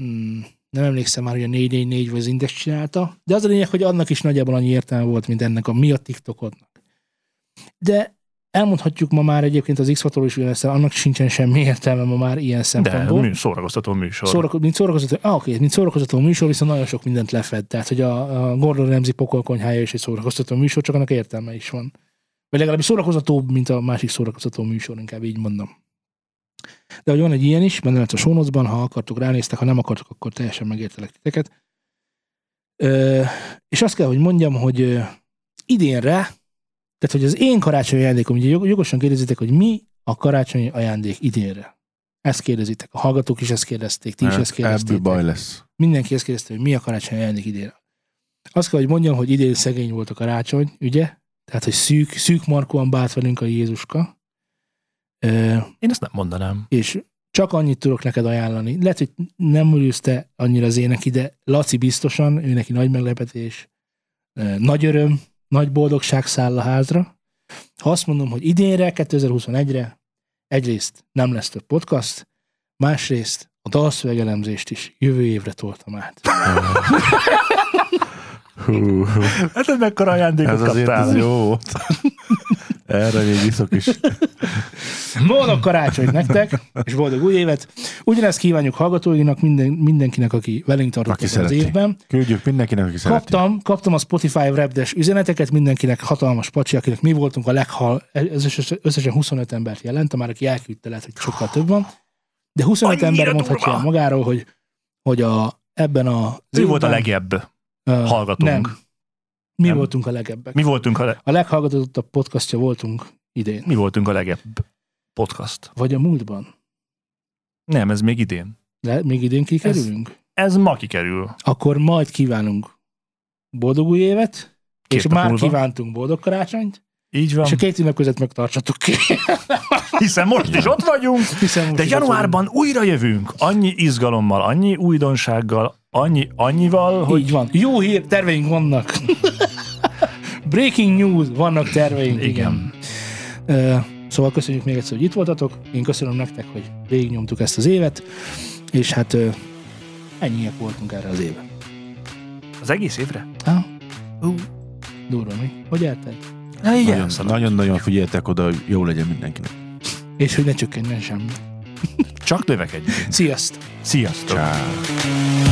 [SPEAKER 2] mm, nem emlékszem már, hogy a 444 vagy az Index csinálta, de az a lényeg, hogy annak is nagyjából annyi értelme volt, mint ennek a mi a TikTokodnak. De elmondhatjuk ma már egyébként az x is ugyanezt, annak sincsen semmi értelme ma már ilyen
[SPEAKER 4] De
[SPEAKER 2] szempontból.
[SPEAKER 4] mű, szórakoztató műsor.
[SPEAKER 2] Szórakozó, mint szórakoztató, ah, oké, mint szórakoztató műsor, viszont nagyon sok mindent lefed. Tehát, hogy a, a Gordon Ramsay pokolkonyhája is egy szórakoztató műsor, csak annak értelme is van. Vagy legalábbis szórakoztatóbb, mint a másik szórakoztató műsor, inkább így mondom. De hogy van egy ilyen is, benne lesz a sónocban, ha akartok, ránéztek, ha nem akartok, akkor teljesen megértelek titeket. Ö, és azt kell, hogy mondjam, hogy ö, idénre, tehát hogy az én karácsonyi ajándékom, ugye jog- jogosan kérdezitek, hogy mi a karácsonyi ajándék idénre? Ezt kérdezitek. A hallgatók is ezt kérdezték, ti is ezt
[SPEAKER 3] Hát, Ebből
[SPEAKER 2] kérdeztétek
[SPEAKER 3] baj lesz.
[SPEAKER 2] mindenki ezt kérdezte, hogy mi a karácsony ajándék idén. Azt kell, hogy mondjam, hogy idén szegény volt a karácsony, ugye? Tehát, hogy szűk, szűk markóan bált velünk a Jézuska. Ö,
[SPEAKER 4] Én ezt nem mondanám.
[SPEAKER 2] és csak annyit tudok neked ajánlani. Lehet, hogy nem örülsz te annyira az ének ide. Laci biztosan, ő neki nagy meglepetés, ö, nagy öröm, nagy boldogság száll a házra. Ha azt mondom, hogy idénre, 2021-re egyrészt nem lesz több podcast, másrészt a dalszövegelemzést is jövő évre toltam át.
[SPEAKER 3] Hú,
[SPEAKER 4] Hát ez mekkora ajándékot
[SPEAKER 3] ez azért
[SPEAKER 4] kaptál.
[SPEAKER 3] ez jó volt. Erre még iszok is.
[SPEAKER 2] Boldog karácsonyt nektek, és boldog új évet. Ugyanezt kívánjuk hallgatóinak, minden, mindenkinek, aki velünk tartott
[SPEAKER 3] Aki
[SPEAKER 2] ebben az
[SPEAKER 3] szereti.
[SPEAKER 2] évben.
[SPEAKER 3] Küldjük mindenkinek, aki szereti.
[SPEAKER 2] Kaptam, kaptam a Spotify repdes üzeneteket, mindenkinek hatalmas pacsi, akinek mi voltunk a leghal, ez összes- összesen 25 embert jelent, már aki elküldte, lehet, hogy sokkal több van. De 25
[SPEAKER 4] Annyira
[SPEAKER 2] ember mondhatja
[SPEAKER 4] durva!
[SPEAKER 2] el magáról, hogy, hogy a, ebben a...
[SPEAKER 4] Ő volt a
[SPEAKER 2] évben,
[SPEAKER 4] legebb
[SPEAKER 2] ö,
[SPEAKER 4] hallgatónk.
[SPEAKER 2] Nem, mi
[SPEAKER 4] Nem.
[SPEAKER 2] voltunk a legebbek.
[SPEAKER 4] Mi voltunk a, le-
[SPEAKER 2] A leghallgatottabb podcastja voltunk idén.
[SPEAKER 4] mi voltunk a legebb podcast.
[SPEAKER 2] Vagy a múltban.
[SPEAKER 4] Nem, ez még idén.
[SPEAKER 2] De még idén kikerülünk?
[SPEAKER 4] Ez ma kikerül.
[SPEAKER 2] akkor majd kívánunk boldog új évet,
[SPEAKER 4] Két
[SPEAKER 2] és
[SPEAKER 4] nap
[SPEAKER 2] már
[SPEAKER 4] múlva.
[SPEAKER 2] kívántunk boldog karácsonyt,
[SPEAKER 4] Így
[SPEAKER 2] és
[SPEAKER 4] van.
[SPEAKER 2] a két ünnep között megtartsatok ki.
[SPEAKER 4] Hiszen most is ott vagyunk.
[SPEAKER 2] Hiszen most
[SPEAKER 4] De
[SPEAKER 2] is ott
[SPEAKER 4] januárban újra jövünk. Annyi izgalommal, annyi újdonsággal, annyi, annyival,
[SPEAKER 2] vagyunk.
[SPEAKER 4] hogy
[SPEAKER 2] Így van. Jó hír, terveink vannak. Breaking news, vannak terveink. Igen.
[SPEAKER 4] Igen.
[SPEAKER 2] Ö, Szóval köszönjük még egyszer, hogy itt voltatok. Én köszönöm nektek, hogy végignyomtuk ezt az évet, és hát ö, ennyiek voltunk erre az évre.
[SPEAKER 4] az egész évre.
[SPEAKER 2] Ha? Ú, durva mi? Hogy eltelt?
[SPEAKER 4] Na igen.
[SPEAKER 3] Nagyon- Nagyon-nagyon figyeltek oda, hogy jó legyen mindenkinek.
[SPEAKER 2] És hogy ne csökkenjen semmi.
[SPEAKER 4] Csak növekedjünk.
[SPEAKER 2] Sziasztok!
[SPEAKER 4] Sziasztok.
[SPEAKER 3] Csá.